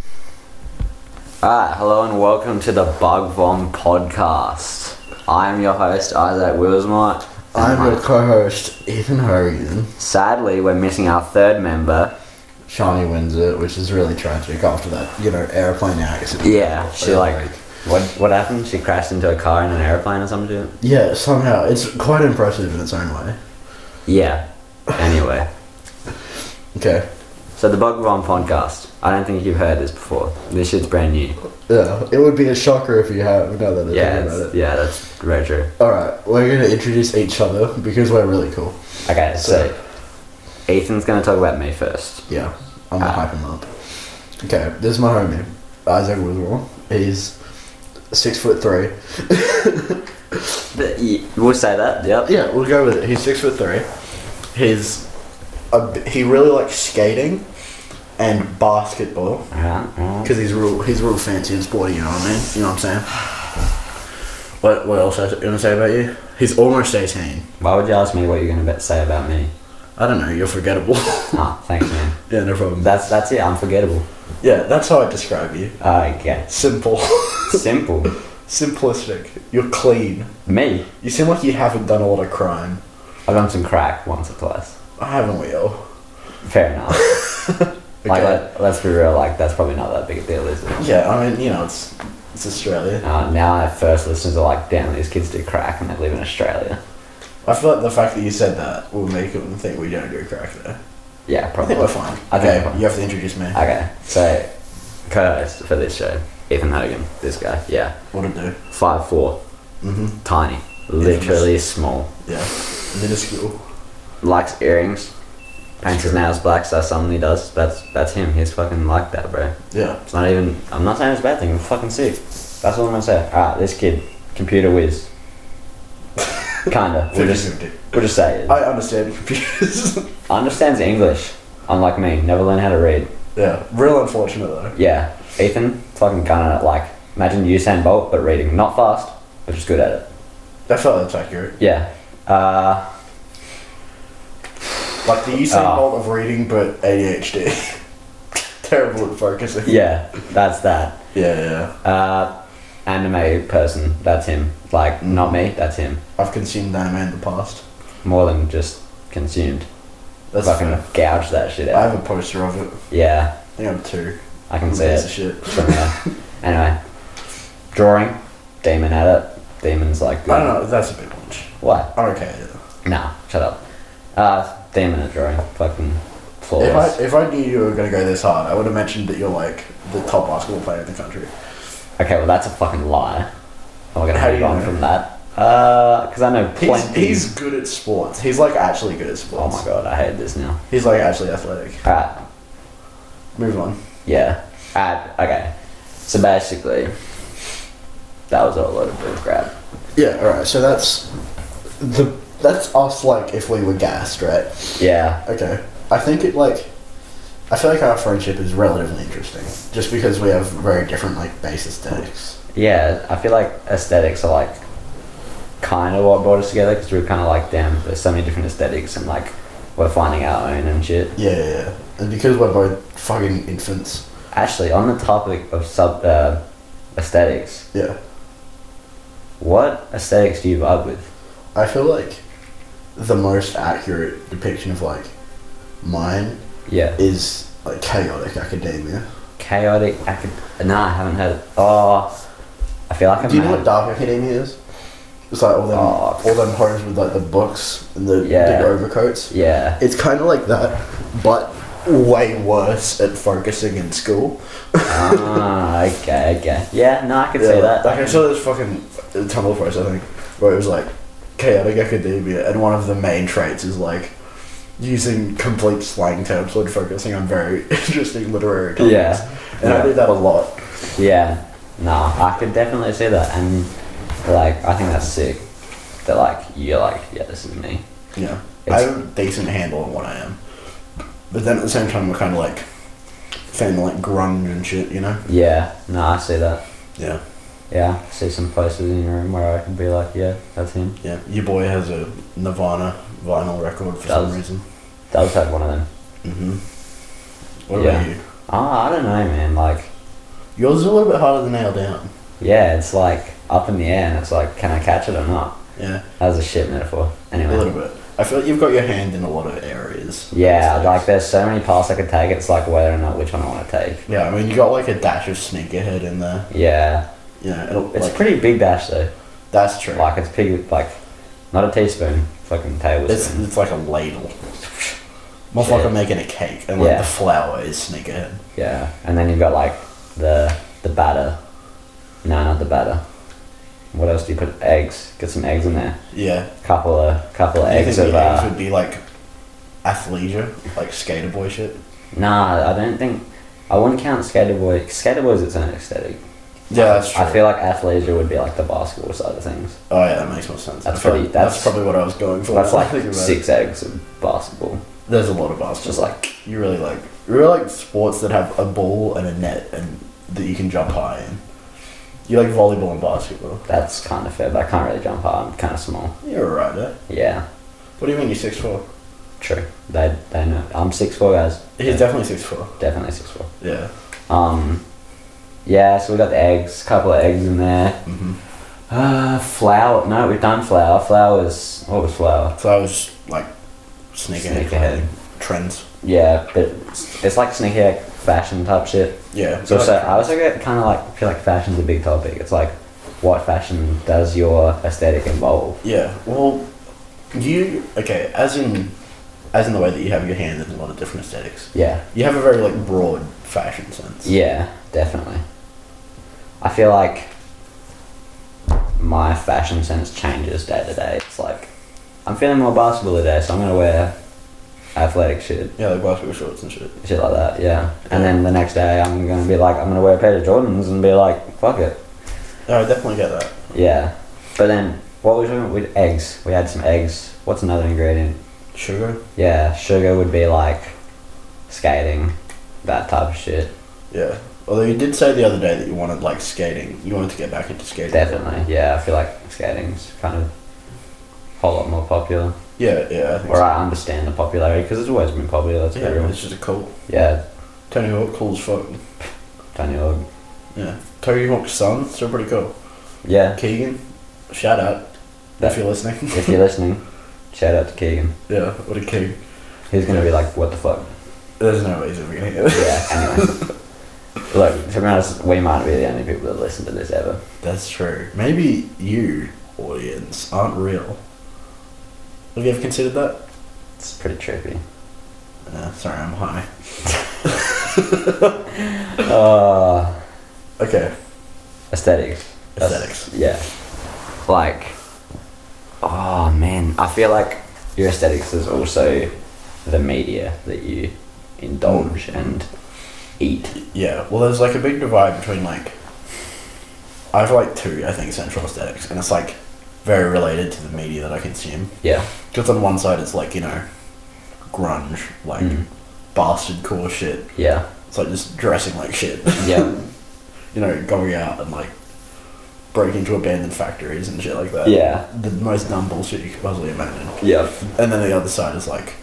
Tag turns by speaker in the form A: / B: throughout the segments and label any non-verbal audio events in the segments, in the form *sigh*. A: Alright, Ah, hello and welcome to the Bug Bomb Podcast. I am your host, Isaac Wilsmott.
B: I'm your co-host, Ethan Hogan.
A: Sadly, we're missing our third member.
B: Shani Windsor, which is really tragic after that, you know, airplane accident.
A: Yeah, she
B: But,
A: like. What, what happened? She crashed into a car in an airplane or something?
B: Yeah, somehow. It's quite impressive in its own way.
A: Yeah. Anyway.
B: Okay.
A: So, the Bug Bomb Podcast. I don't think you've heard this before. This shit's brand new.
B: Yeah, it would be a shocker if you have, now that I
A: Yeah,
B: think about
A: it's,
B: it.
A: yeah, that's very true.
B: Alright, we're going to introduce each other because we're really cool.
A: Okay, so
B: So-
A: Ethan's gonna talk about me first.
B: Yeah, I'm gonna
A: Ah.
B: hype him up. Okay, this is my homie, Isaac Wilsmore. He's six foot three.
A: But y- We'll say that, yep.
B: Yeah, we'll go with it. He's six foot three. He's a, b- he really likes skating and basketball
A: Alright, alright.
B: because he's real he's real fancy and sporty. You know what I mean? You know what I'm saying? What what else are you gonna say about you? He's almost eighteen.
A: Why would you ask me what you're gonna be- say about me?
B: I don't know. You're forgettable. *laughs*
A: Ah, thanks, man.
B: yeah, no problem.
A: That's that's it. Unforgettable.
B: yeah, that's how I describe you.
A: Okay.
B: Simple, *laughs*
A: Simple.
B: simplistic. You're clean.
A: Me.
B: You seem like you haven't done a lot of crime.
A: I've done some crack once or twice.
B: Haven't we all?
A: Fair enough. Like,
B: Okay.
A: let, let's be real. Like, that's probably not that big a deal, is it?
B: Yeah, I mean, you know, it's it's Australia.
A: Uh, now our first listeners are like, damn, these kids do crack and they live in Australia.
B: I feel like the fact that you said that will make them think we don't do crack there.
A: Yeah,
B: I *laughs*
A: probably.
B: think we're fine.
A: I think
B: okay,
A: we're fine.
B: you have to introduce me.
A: Okay, so co-host for this show, Ethan Hogan. This guy, yeah,
B: what to do?
A: five four,
B: Mm-hmm.
A: tiny, literally small.
B: Yeah, minuscule.
A: Likes earrings, paints his
B: Sure.
A: nails black. So that's something he does. That's that's him. He's fucking like that, bro.
B: Yeah,
A: It's not even. I'm not saying it's a bad thing. I'm fucking sick. That's all I'm gonna say. All right, this kid, computer
B: *laughs*
A: whiz. Kinda. We'll just
B: 50-50.
A: we'll just say it.
B: I understand *laughs* computers.
A: Understands English, unlike me. Never learned how to read.
B: yeah, real unfortunate though.
A: Yeah, Ethan, fucking gun at it. Like, imagine Usain Bolt, but reading. Not fast, but just good at it.
B: I felt that's accurate.
A: Yeah. Uh,
B: Like the Usain
A: Ah.
B: Bolt of reading, but ADHD. *laughs* Terrible at focusing.
A: yeah, that's that.
B: yeah, yeah.
A: Uh, anime person, that's him. Like,
B: Mm.
A: not me, that's him.
B: I've consumed anime in the past.
A: More than just consumed.
B: That's
A: fucking
B: fair.
A: gouge that shit
B: I
A: out.
B: have a poster of it.
A: yeah,
B: I think I'm two.
A: I can see
B: Piece of
A: it
B: shit.
A: from there. Anyway, drawing, demon at it. Demon's like, uh,
B: I don't know. That's a bit much.
A: What?
B: I'm okay. with it.
A: Nah, shut up. Uh, demon at drawing. Fucking flawless.
B: If I if I knew you were gonna go this hard, I would have mentioned that you're like the top basketball player in the country.
A: Okay, well that's a fucking lie. I'm gonna
B: How do
A: move
B: you
A: on
B: know?
A: from that. Uh, because I know
B: He's
A: plenty.
B: he's good at sports. He's like actually good at
A: oh
B: sports.
A: my god, I hate this now.
B: He's like actually athletic.
A: Alright,
B: Move on.
A: yeah. Alright, okay. So basically, that was all a lot of bull crap.
B: Yeah. All right. So that's the that's us like if we were gassed, right?
A: Yeah,
B: Okay. I think it like I feel like our friendship is relatively interesting, just because we have very different like base aesthetics.
A: yeah. I feel like aesthetics are like kind of what brought us together because we were kind of like, damn, there's so many different aesthetics and like we're finding our own and shit.
B: Yeah, yeah, yeah. And because we're both fucking infants.
A: Actually, on the topic of sub uh, aesthetics,
B: Yeah.
A: what aesthetics do you vibe with?
B: I feel like the most accurate depiction of like mine
A: Yeah.
B: is like chaotic academia.
A: Chaotic acad. Nah, I haven't heard. Oh, I feel like I'm.
B: Do you know
A: mad.
B: what dark academia is? It's like all them
A: Oh.
B: all them homes with like the books and the
A: Yeah.
B: big overcoats.
A: Yeah.
B: It's kind of like that, but way worse at focusing in school.
A: ah, okay, okay. Yeah, no, I can see that.
B: Like I saw this fucking Tumblr post I think where it was like chaotic academia, and one of the main traits is like using complete slang terms when focusing on very *laughs* interesting literary topics.
A: Yeah.
B: And
A: Yeah.
B: I do that a lot.
A: Yeah. No, I could definitely see that, and like, I think that's sick. That like you're like, yeah, this is me.
B: Yeah. I
A: It's-
B: have a decent handle on what I am. But then at the same time, we're kind of like fan like grunge and shit, you know?
A: Yeah. No, I see that.
B: Yeah.
A: Yeah, I see some places in your room where I can be like, yeah, that's him.
B: Yeah. Your boy has a Nirvana vinyl record for
A: Does.
B: some reason.
A: Does have one of them.
B: hmm What
A: Yeah.
B: about you?
A: Ah, I don't know, man. Like,
B: Yours is a little bit harder to nail down.
A: Yeah, it's like up in the air, and it's like, can I catch it or not?
B: Yeah,
A: That was a shit metaphor. Anyway.
B: a little bit. I feel like you've got your hand in a lot of areas.
A: Yeah,
B: It's
A: like there's so many paths I could take. It's like whether or not which one I want to take.
B: Yeah, I mean, you got like a dash of sneakerhead in there.
A: Yeah,
B: Yeah, it'll,
A: it's
B: like,
A: pretty big dash though.
B: that's true.
A: Like it's big, like not a teaspoon, fucking
B: It's
A: tablespoon.
B: it's like
A: *laughs*
B: a ladle. Motherfucker
A: Shit.
B: making a cake, and like
A: Yeah.
B: the flour is sneakerhead.
A: yeah, and then you've got like the the batter. No, not the batter. What else do you put? Eggs. Get some eggs in there.
B: Yeah.
A: Couple of couple of
B: Do you
A: eggs
B: think the
A: of.
B: eggs
A: Uh,
B: would be like athleisure, like skater boy shit?
A: nah, I don't think. I wouldn't count skater boy. Skater boy's its own aesthetic.
B: Yeah, that's true.
A: I feel like athleisure would be like the basketball side of things.
B: oh yeah, that makes more sense.
A: That's
B: I feel
A: pretty-
B: like that's,
A: that's-
B: probably what I was going for.
A: That's
B: when I
A: like
B: think about it.
A: six eggs of basketball.
B: There's a lot of basketball.
A: It's just like
B: you really like you really like sports that have a ball and a net and that you can jump high in. You like volleyball and basketball.
A: That's kind of fair, but I can't really jump high. I'm kind of small.
B: You're alright at.
A: Yeah,
B: What do you mean you're six four?
A: true. They, they know. I'm six four, guys.
B: He's
A: Yeah,
B: definitely six four.
A: definitely six four.
B: Yeah.
A: Um, yeah. So we got the eggs, couple of eggs in there.
B: hmm
A: Uh, flour. No, we've done flour. Flour was what was flour?
B: So I was like sneakerhead,
A: Sneakerhead.
B: trends.
A: Yeah, but it's, it's like sneakerhead fashion type shit.
B: Yeah.
A: So, so I also get kind of like feel like fashion's a big topic. It's like, what fashion does your aesthetic involve?
B: Yeah. Well, you okay? As in, as in the way that you have your hand in a lot of different aesthetics.
A: Yeah.
B: You have a very like broad fashion sense.
A: Yeah, definitely. I feel like my fashion sense changes day to day. It's like I'm feeling more basketball today, so I'm gonna wear athletic shit,
B: Yeah, like basketball shorts and shit.
A: shit like that. Yeah, and then the next day I'm gonna be like, I'm gonna wear a pair of Jordans and be like, fuck it.
B: No, I definitely get that.
A: Yeah, but then what were we talking about? with eggs? We had some eggs. What's another ingredient?
B: Sugar.
A: Yeah, sugar would be like skating, that type of shit.
B: Yeah. Although you did say the other day that you wanted like skating. You wanted to get back into skating.
A: Definitely, yeah. I feel like skating's kind of a whole lot more popular,
B: Yeah. Yeah. I think
A: or I understand the popularity because it's always been popular. That's
B: so.
A: us
B: Yeah.
A: real.
B: It's just a cool.
A: Yeah,
B: Tony Hawk cool as fuck.
A: Tony Hawk.
B: Yeah. Tony Hawk's son. Still pretty cool.
A: Yeah,
B: Keegan. Shout out.
A: That-
B: If you're listening. *laughs*
A: if you're listening, *laughs* shout out to Keegan.
B: yeah. What a king.
A: He's gonna be like, "What the fuck?"
B: There's no way he's ever gonna hear this.
A: Yeah. Anyway, look. To be honest, we might be the only people that listen to this ever.
B: *laughs* That's true. Maybe you, audience, aren't real. Have you ever considered that?
A: It's pretty trippy.
B: Uh, sorry, I'm high.
A: Uh,
B: Okay.
A: aesthetics. That's-
B: Aesthetics.
A: Yeah. Like, oh man, I feel like your aesthetics is also the media that you indulge
B: Mm.
A: and eat.
B: Yeah. Well, there's like a big divide between like. I have like two, I think, central aesthetics, and it's like very related to the media that I consume.
A: Yeah.
B: Because on one side, it's like you know, grunge, like
A: Mm.
B: bastard core shit.
A: Yeah.
B: It's like just dressing like shit. *laughs*
A: Yeah.
B: you know, going out and like breaking into abandoned factories and shit like that.
A: Yeah.
B: The most dumb bullshit you could possibly imagine.
A: yeah.
B: And then the other side is like,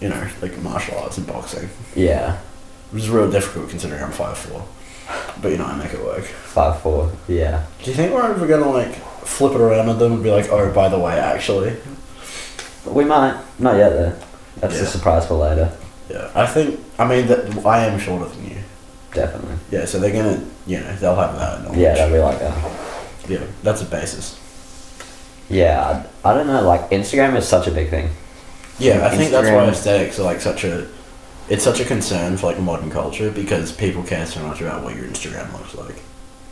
B: you know, like martial arts and boxing,
A: Yeah.
B: which is real difficult considering I'm five four. But you know, I make it work.
A: Five four. Yeah.
B: Do you think we're ever gonna like flip it around with them and be like, oh, by the way, actually,
A: We might. Not yet though. That's a
B: Yeah.
A: surprise for later.
B: yeah, I think I mean that I am shorter than you.
A: Definitely.
B: Yeah, so they're gonna, you know, they'll have that knowledge.
A: Yeah, that'd be like a.
B: yeah, that's a basis.
A: Yeah, I, I don't know. Like Instagram is such a big thing.
B: Yeah, I think that's why
A: Instagram.
B: aesthetics are like such a, it's such a concern for like modern culture because people care so much about what your Instagram looks like.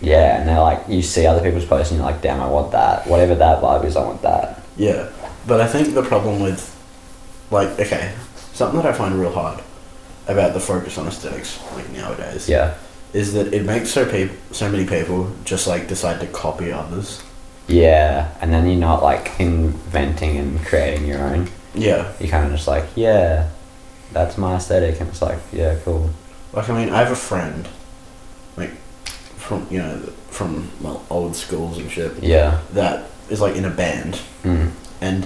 A: Yeah, and they're like, you see other people's posts, and you're like, damn, I want that. Whatever that vibe is, I want that.
B: Yeah, but I think the problem with, like, okay, something that I find real hard about the focus on aesthetics, like nowadays,
A: Yeah.
B: is that it makes so peop so many people just like decide to copy others.
A: Yeah, and then you're not like inventing and creating your own.
B: Yeah,
A: You're kind of just like, yeah, that's my aesthetic, and it's like, yeah, cool.
B: like I mean, I have a friend, like, from you know, from well, old schools and shit,
A: Yeah.
B: that is like in a band,
A: Mm.
B: and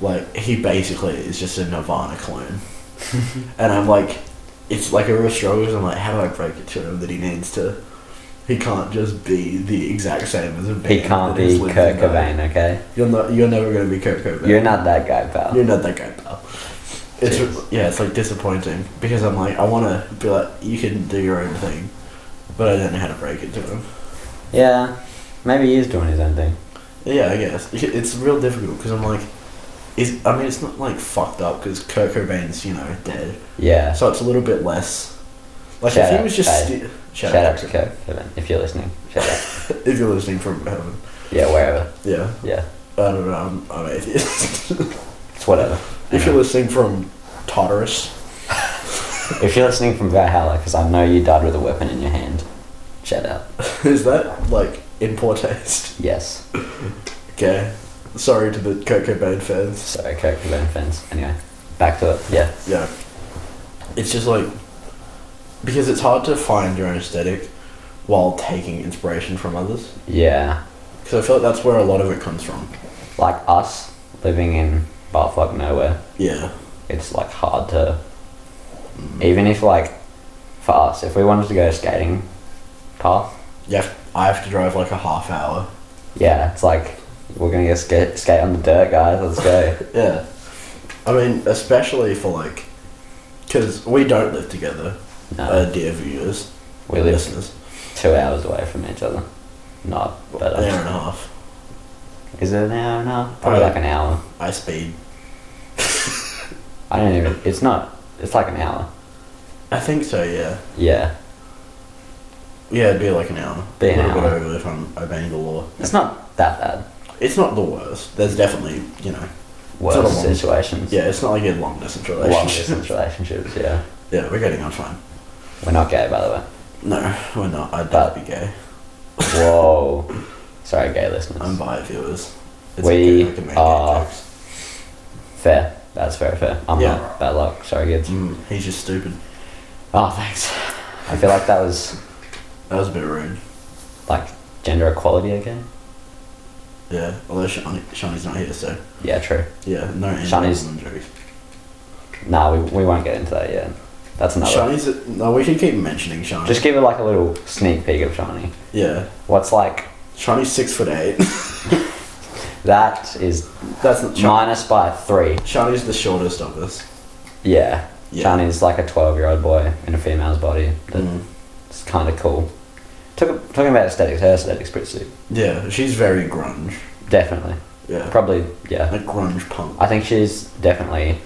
B: like he basically is just a Nirvana
A: *laughs*
B: clone, and I'm like, it's like a real struggle. 'cause I'm like, how do I break it to him that he needs to He can't just be the exact same as a band.
A: He can't
B: that has
A: be
B: lived
A: Kurt
B: and died.
A: Cobain, okay?
B: You're not. You're never gonna be Kurt Cobain.
A: You're not that guy, pal.
B: You're not that guy, pal. It's
A: Oh. Jeez.
B: yeah, it's like disappointing because I'm like I want to be like you can do your own thing, but I don't know how to break it to him.
A: Yeah, maybe he is doing his own thing.
B: Yeah, I guess *laughs* It- it's real difficult because I'm like, is I mean it's not like fucked up because Kurt Cobain's you know dead,
A: Yeah.
B: so it's a little bit less. Like
A: Shout
B: if
A: out
B: he was just
A: to
B: sti-
A: Shout, out to Kurt Cobain if you're listening. Shout out.
B: Kurt. if you're listening from heaven,
A: yeah, wherever.
B: yeah,
A: Yeah,
B: I don't know, I'm, I'm atheist. *laughs*
A: it's whatever.
B: if you're listening from Tartarus, *laughs*
A: If you're listening from Valhalla, because I know you died with a weapon in your hand. Shout out.
B: is that like in poor taste?
A: Yes.
B: Okay. Sorry to the Kurt Cobain fans.
A: Sorry, Kurt Cobain fans. Anyway, back to it. Yeah.
B: Yeah. It's just like because it's hard to find your own aesthetic while taking inspiration from others.
A: Yeah.
B: Because I feel like that's where a lot of it comes from.
A: Like us living in Barflog nowhere,
B: Yeah.
A: it's like hard to. Even if like, for us, if we wanted to go skating, path.
B: Yeah. I have to drive like a half hour.
A: Yeah, it's like we're gonna go skate skate on the dirt, guys. Let's go.
B: Yeah. I mean, especially for like, because we don't live together,
A: No,
B: uh, dear viewers,
A: we live
B: listeners,
A: two hours away from each other. Not, but
B: an hour
A: uh,
B: and a half.
A: is it an hour and a half? Probably like an hour.
B: I speed.
A: I don't even. It's not. It's like an hour.
B: I think so. Yeah.
A: Yeah,
B: Yeah, it'd be like an hour.
A: Be an
B: a little
A: hour.
B: bit over if I'm obeying the law.
A: it's not that bad.
B: It's not the worst. There's definitely, you know, not a
A: Worse
B: long-
A: situations.
B: yeah, it's not like a long distance relationship.
A: long
B: *laughs*
A: distance relationships. Yeah,
B: yeah, we're getting on fine.
A: we're not gay, by the way.
B: No, we're not. I'd rather be gay.
A: Whoa, sorry, gay listeners.
B: I'm bi viewers.
A: We
B: I can make gay
A: are-
B: jokes.
A: fair. That's very fair. I'm
B: Yeah.
A: not bad luck. Sorry, kids.
B: Mm, he's just stupid.
A: Oh, thanks. I feel like that was
B: That was a bit rude.
A: like gender equality again.
B: Yeah, although Shani, Shani's not here, so
A: Yeah, true.
B: yeah, no
A: Shani's-
B: anti-woman jokes.
A: Nah, we, we won't get into that yet. That's another.
B: Shani's no. We can keep mentioning Shani.
A: Just give it like a little sneak peek of Shani.
B: yeah,
A: What's like
B: Shani's six foot eight. *laughs*
A: that is
B: That's not Shani,
A: minus by three.
B: Shani's the shortest of us.
A: Yeah.
B: Yeah.
A: Shani's like a twelve-year-old boy in a female's body.
B: Mm.
A: It's kind of cool. Talk, talking about aesthetics, her aesthetics pretty sick.
B: Yeah, she's very grunge.
A: Definitely.
B: Yeah,
A: Probably. Yeah.
B: like grunge punk.
A: I think she's definitely.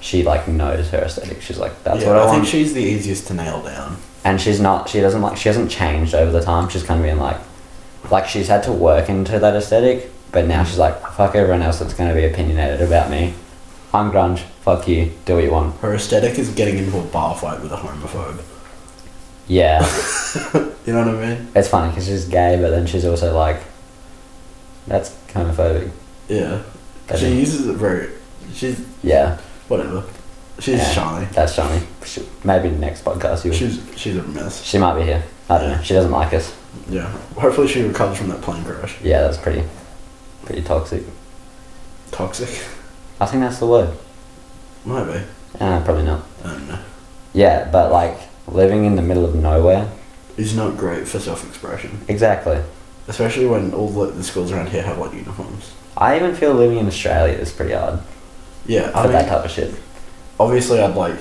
A: She like knows her aesthetic. She's like, that's
B: yeah,
A: what I,
B: think
A: want.
B: she's the easiest to nail down.
A: and she's not. She doesn't like. She hasn't changed over the time. She's kind of been like, like she's had to work into that aesthetic. But now she's like, fuck everyone else that's going to be opinionated about me. I'm grunge. Fuck you. Do what you want.
B: Her aesthetic is getting into a bar fight with a homophobe.
A: Yeah,
B: You know what I mean?
A: it's funny because she's gay, but then she's also like, that's homophobic.
B: Yeah.
A: But
B: she
A: then-
B: uses it very. She's
A: yeah,
B: whatever. She's
A: Yeah.
B: shy.
A: that's Johnny. She, maybe next podcast you.
B: She's she's a mess.
A: She might be here. I don't know. She doesn't like us.
B: Yeah. Hopefully she recovers from that plane crash.
A: Yeah, that's pretty, pretty toxic.
B: Toxic. *laughs*
A: I think that's the word.
B: Might be.
A: Uh, probably not.
B: I don't know.
A: Yeah, but like living in the middle of nowhere.
B: It's not great for self-expression,
A: Exactly.
B: especially when all the, the schools around here have like uniforms.
A: I even feel living in Australia is pretty hard
B: Yeah.
A: for
B: I mean,
A: that type of shit.
B: obviously, I'd like.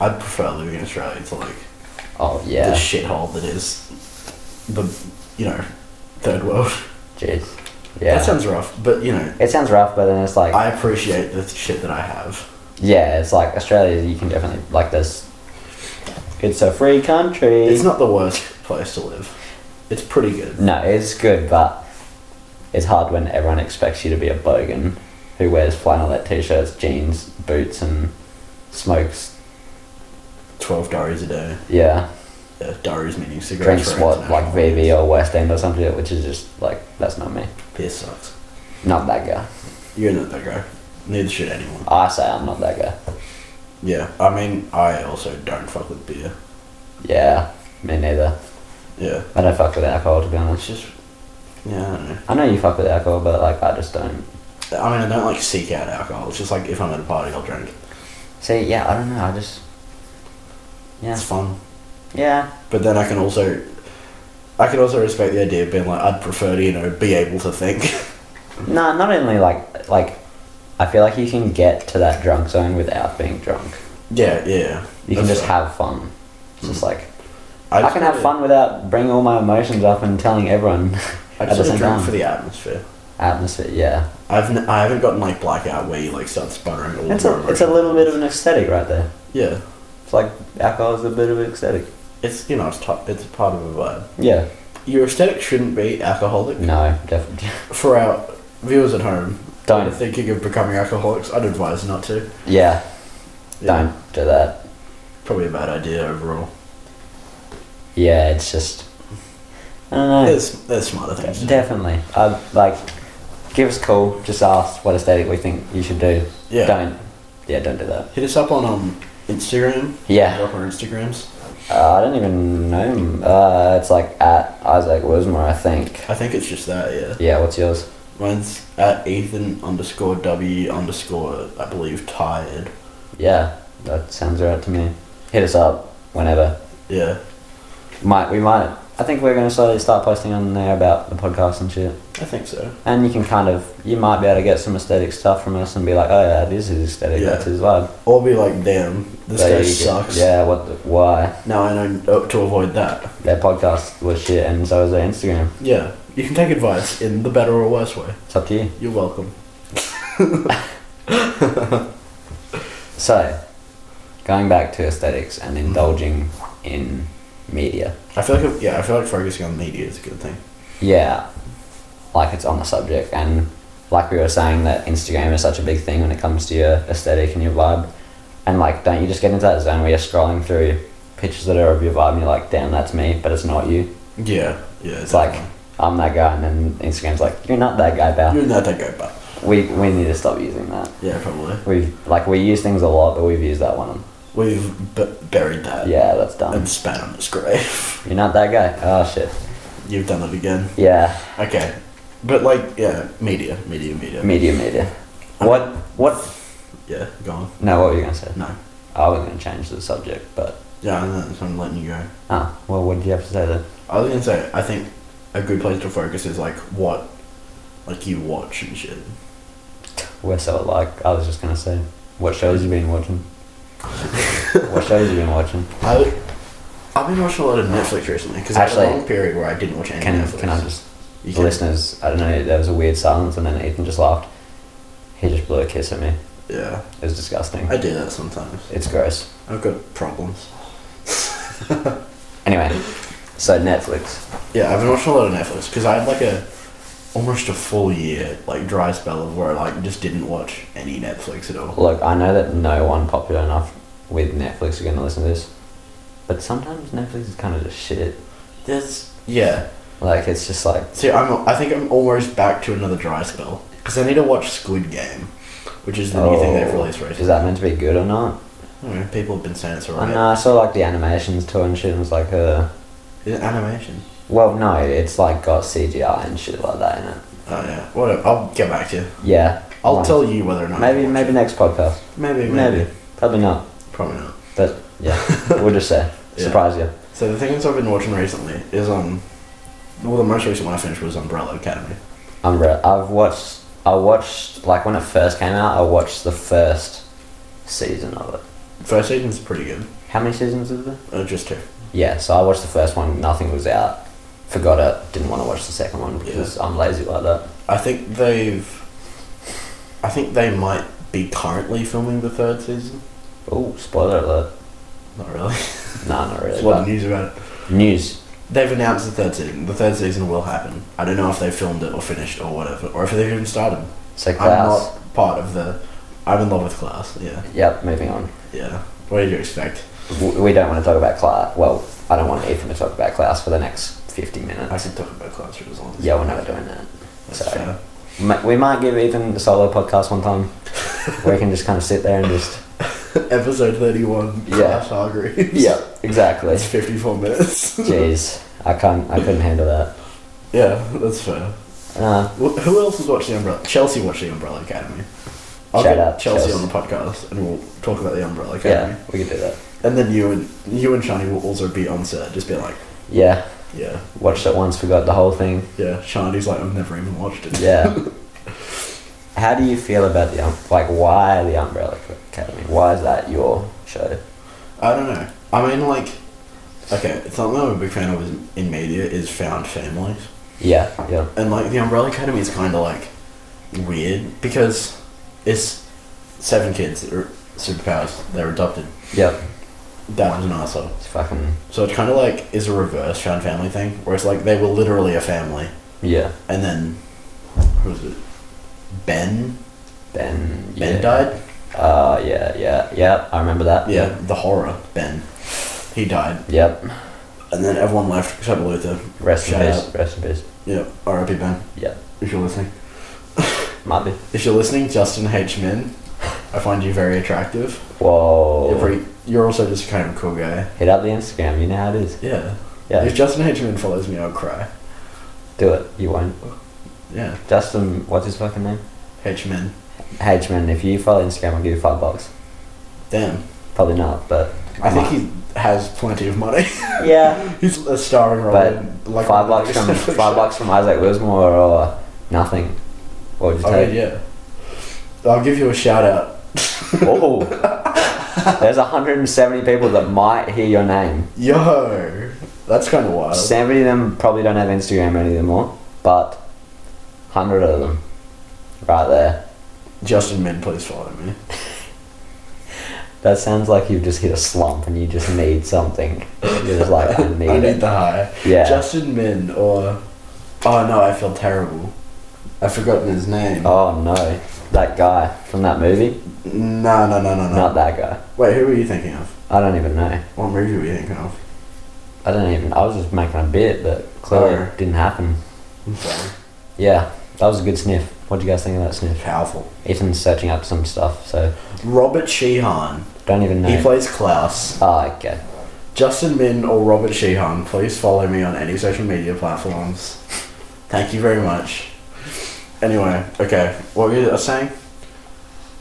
B: I'd prefer living in Australia to like
A: Oh yeah.
B: the shithole that is the you know third world. *laughs*
A: Jeez. Yeah.
B: That sounds rough, but you know
A: it sounds rough, but then it's like
B: I appreciate the shit that I have.
A: yeah, it's like Australia. You can definitely like this. It's a free country.
B: It's not the worst place to live. It's pretty good.
A: No, it's good, but it's hard when everyone expects you to be a bogan who wears flannelette t-shirts, jeans, boots, and smokes.
B: Twelve diaries a day.
A: Yeah,
B: Yeah, diaries meaning cigarettes.
A: drinks
B: for
A: what like
B: international
A: VB or West End or something, which is just like that's not me.
B: use. Beer sucks.
A: Not that guy.
B: You're not that guy. Neither should anyone.
A: I say I'm not that guy.
B: Yeah, I mean, I also don't fuck with beer.
A: Yeah, me neither.
B: Yeah,
A: I don't fuck with alcohol to be
B: it's
A: honest.
B: just yeah. I don't know.
A: I know you fuck with alcohol, but like I just don't.
B: I mean, I don't like seek out alcohol. It's just like if I'm at a party, I'll drink.
A: See, yeah, I don't know. I just yeah,
B: It's fun.
A: yeah,
B: But then I can also I can also respect the idea of being like, I'd prefer to, you know, be able to think. *laughs*
A: No, not only like like, I feel like you can get to that drunk zone without being drunk.
B: yeah, yeah.
A: You can just
B: That's fair.
A: have fun. It's just like
B: I,
A: I
B: just
A: can have
B: really-
A: fun without bringing all my emotions up and telling everyone *laughs*
B: I
A: at the
B: just sort of
A: same
B: drink
A: time.
B: for the atmosphere.
A: atmosphere. Yeah,
B: I've n- I haven't gotten like blackout where you like start sputtering all
A: it's
B: of your
A: a it's a
B: emotions.
A: little bit of an aesthetic right there.
B: yeah.
A: It's like alcohol is a bit of an aesthetic.
B: It's you know it's top, it's part of a vibe.
A: Yeah.
B: Your aesthetic shouldn't be alcoholic.
A: No, definitely *laughs*
B: For our viewers at home,
A: don't.
B: thinking of becoming alcoholics, I'd advise not to.
A: Yeah,
B: Yeah,
A: don't do that.
B: Probably a bad idea overall.
A: Yeah, it's just I don't know.
B: There's there's smarter things. to do.
A: Definitely. I'd like give us a call. Just ask what aesthetic we think you should do.
B: Yeah.
A: Don't. Yeah, don't do that.
B: Hit us up on um Instagram.
A: Yeah.
B: Drop our Instagrams.
A: Uh, I don't even know. him. Uh, it's like at Isaac Wismore, I think.
B: I think it's just that. Yeah.
A: Yeah. What's yours?
B: Mine's at Ethan underscore W underscore I believe tired.
A: Yeah, that sounds right to me. Hit us up whenever.
B: Yeah.
A: Might we might. I think we're gonna slowly start posting on there about the podcast and shit.
B: I think so.
A: And you can kind of you might be able to get some aesthetic stuff from us and be like, oh yeah, this is aesthetic.
B: Yeah.
A: That's his vibe.
B: Or be like, damn, this
A: There
B: guy
A: you go.
B: sucks.
A: Yeah. What? The, why?
B: Now I know oh, to avoid that.
A: Their podcast was shit, and so was their Instagram.
B: Yeah. You can take advice in the better or worse way.
A: It's up to you.
B: You're welcome.
A: So, going back to aesthetics and indulging in media.
B: I feel like yeah, I feel like focusing on media is a good thing.
A: Yeah, like it's on the subject, and like we were saying, that Instagram is such a big thing when it comes to your aesthetic and your vibe. And like, don't you just get into that zone where you're scrolling through pictures that are of your vibe and you're like, damn, that's me, but it's not you.
B: Yeah. Yeah.
A: It's like, I'm that guy, and then Instagram's like, you're not that guy, pal.
B: You're not that guy, but
A: We, we need to stop using that.
B: yeah, probably.
A: We've, like, we use things a lot, but we've used that one.
B: We've b- buried that.
A: Yeah, that's
B: And
A: done.
B: spat on his grave. *laughs*
A: You're not that guy. Oh, shit.
B: You've done it again.
A: Yeah.
B: Okay. But like, yeah, media, media, media.
A: Media, media. What? What?
B: yeah, go on.
A: No, what were you gonna say?
B: No.
A: I was gonna change the subject, but
B: Yeah, and that's I'm letting you go.
A: ah, well, what did you have to say then?
B: I was gonna say, I think a good place to focus is like what, like you watch and shit.
A: We're so alike. I was just gonna say, what shows you been
B: *laughs*
A: watching? what shows you been watching?
B: I, I've been watching a lot of Netflix recently because I had a
A: Actually-
B: long period where I didn't watch any
A: Can
B: Netflix.
A: can I just
B: You
A: the
B: can-
A: listeners? I don't know. There was a weird silence, and then Ethan just laughed. He just blew a kiss at me.
B: Yeah,
A: It was disgusting.
B: I do that sometimes.
A: It's gross.
B: I've got problems. *laughs*
A: Anyway, so Netflix.
B: Yeah, I've been watching a lot of Netflix because I had like a almost a full year like dry spell of where I like just didn't watch any Netflix at all.
A: Look, I know that no one popular enough with Netflix are gonna listen to this, but sometimes Netflix is kind of just shit.
B: There's yeah.
A: Like it's just like
B: See, I'm I think I'm almost back to another dry spell because I need to watch Squid Game, which is the new thing they've
A: Oh,
B: released recently. Oh,
A: Is that meant to be good or not?
B: I don't know, people have been saying it's
A: I
B: alright.
A: know, I saw like the animations too and shit and was like, uh,
B: Is it animation?
A: well, no, it's like got CGI and shit like that in it.
B: Oh yeah. Whatever. I'll get back to you.
A: Yeah.
B: I'll
A: Well,
B: tell you whether or not. I
A: Maybe,
B: watch
A: maybe
B: it.
A: next podcast.
B: Maybe,
A: Maybe.
B: maybe.
A: Probably not.
B: Probably not.
A: But
B: *laughs*
A: yeah, we'll just say.
B: Yeah.
A: Surprise you.
B: So the things I've been watching recently is um, well the most recent one I finished was Umbrella Academy.
A: I'm re- I've watched, I watched, like when it first came out, I watched the first season of it.
B: First season's pretty good.
A: How many seasons is there?
B: Uh, just two.
A: Yeah, so I watched the first one, nothing was out. Forgot it, didn't want to watch the second one because I'm lazy like that.
B: I think they've. I think they might be currently filming the third season.
A: Oh, spoiler alert.
B: Not really.
A: Nah, not really.
B: There's a lot of
A: But
B: news about it.
A: news.
B: They've announced the third season. The third season will happen. I don't know if they filmed it or finished or whatever, or if they've even started.
A: So
B: I'm
A: Klaus.
B: not part of the. I'm in love with class. Yeah,
A: Yep, moving on.
B: yeah. What did you expect?
A: W- We don't want to talk about Klaus. Well, I don't want Ethan to talk about Klaus for the next 50
B: I
A: minutes.
B: could talk about class for as long as.
A: Yeah, we're never doing that.
B: That's
A: Sorry.
B: fair. *laughs*
A: M- We might give Ethan a solo podcast one time. where he can just kind of sit there and *laughs* just.
B: Episode thirty-one.
A: Yeah.
B: Class Hargreaves.
A: *laughs* exactly.
B: That's fifty-four minutes. *laughs*
A: Jeez, I can't. I couldn't handle that.
B: yeah, that's fair.
A: Uh,
B: Wh- Who else has watched the Umbrella? Chelsea watched the Umbrella Academy. I'll
A: Shout
B: get
A: out,
B: Chelsea,
A: Chelsea.
B: on the podcast, and we'll talk about the Umbrella Academy.
A: yeah, we could do that.
B: And then you and you and Shani will also be on set, just be like,
A: Yeah,
B: Yeah,
A: Watched it once, forgot the whole thing.
B: yeah. Shandy's like, I've never even watched it. *laughs*
A: Yeah. How do you feel about the um, like? Why the Umbrella Academy? Why is that your show?
B: I don't know. I mean, like, okay, something I'm a big fan of is, in media is found families.
A: Yeah, yeah,
B: And, like, the Umbrella Academy is kind of, like, weird because it's seven kids that are superpowers. They're adopted.
A: yeah.
B: That was an asshole.
A: It's fucking
B: So it kind of, like, is a reverse found family thing where it's like they were literally a family.
A: yeah.
B: And then, who was it? Ben?
A: Ben.
B: Ben
A: yeah.
B: died?
A: Uh, yeah, yeah, yeah. I remember that.
B: Yeah, the horror, Ben. He died.
A: Yep.
B: And then everyone left except Luther.
A: Rest in
B: Shout
A: peace. Rest in peace.
B: Yeah, RIP Ben,
A: Yep.
B: if you're listening.
A: Might be.
B: If you're listening, Justin H. Min, I find you very attractive.
A: Whoa.
B: You're, pretty, you're also just kind of a cool guy.
A: Hit up the Instagram. You know how it is.
B: Yeah.
A: Yeah.
B: If Justin H. Min follows me, I'll cry.
A: Do it. You won't.
B: Yeah.
A: Justin, what's his fucking name?
B: H. Min.
A: H man, if you follow Instagram, I'll give you five bucks.
B: Damn.
A: Probably not, but
B: I think he has plenty of money. *laughs*
A: yeah.
B: He's a starring role.
A: But
B: in, like
A: five
B: *laughs*
A: bucks from
B: Netflix
A: five
B: show.
A: bucks from Isaac Wismore or uh, nothing. What would you
B: I mean,
A: take?
B: yeah. I'll give you a shout out.
A: Oh, there's 170 people that might hear your name.
B: Yo. That's kind of wild.
A: 70 of them probably don't have Instagram anymore, but 100 of them, right there.
B: Justin Min, please follow me.
A: That sounds like you've just hit a slump and you just need something. You're just like,
B: *laughs*
A: I need
B: I
A: it.
B: need the high.
A: Yeah.
B: Justin Min or oh no, I feel terrible. I've forgotten his name.
A: Oh no, that guy from that movie?
B: No, no, no, no, no.
A: Not that guy.
B: Wait, who were you thinking of?
A: I don't even know.
B: What movie were you thinking of?
A: I don't even. I was just making a bit, but clearly
B: Oh.
A: it didn't happen.
B: I'm sorry.
A: Yeah, that was a good sniff. What do you guys think of that sniff?
B: Powerful.
A: Ethan's searching up some stuff, so
B: Robert Sheehan.
A: don't even know.
B: He plays Klaus.
A: Ah, okay.
B: Justin Min or Robert Sheehan, please follow me on any social media platforms. Thank you very much. Anyway, okay, what were you saying?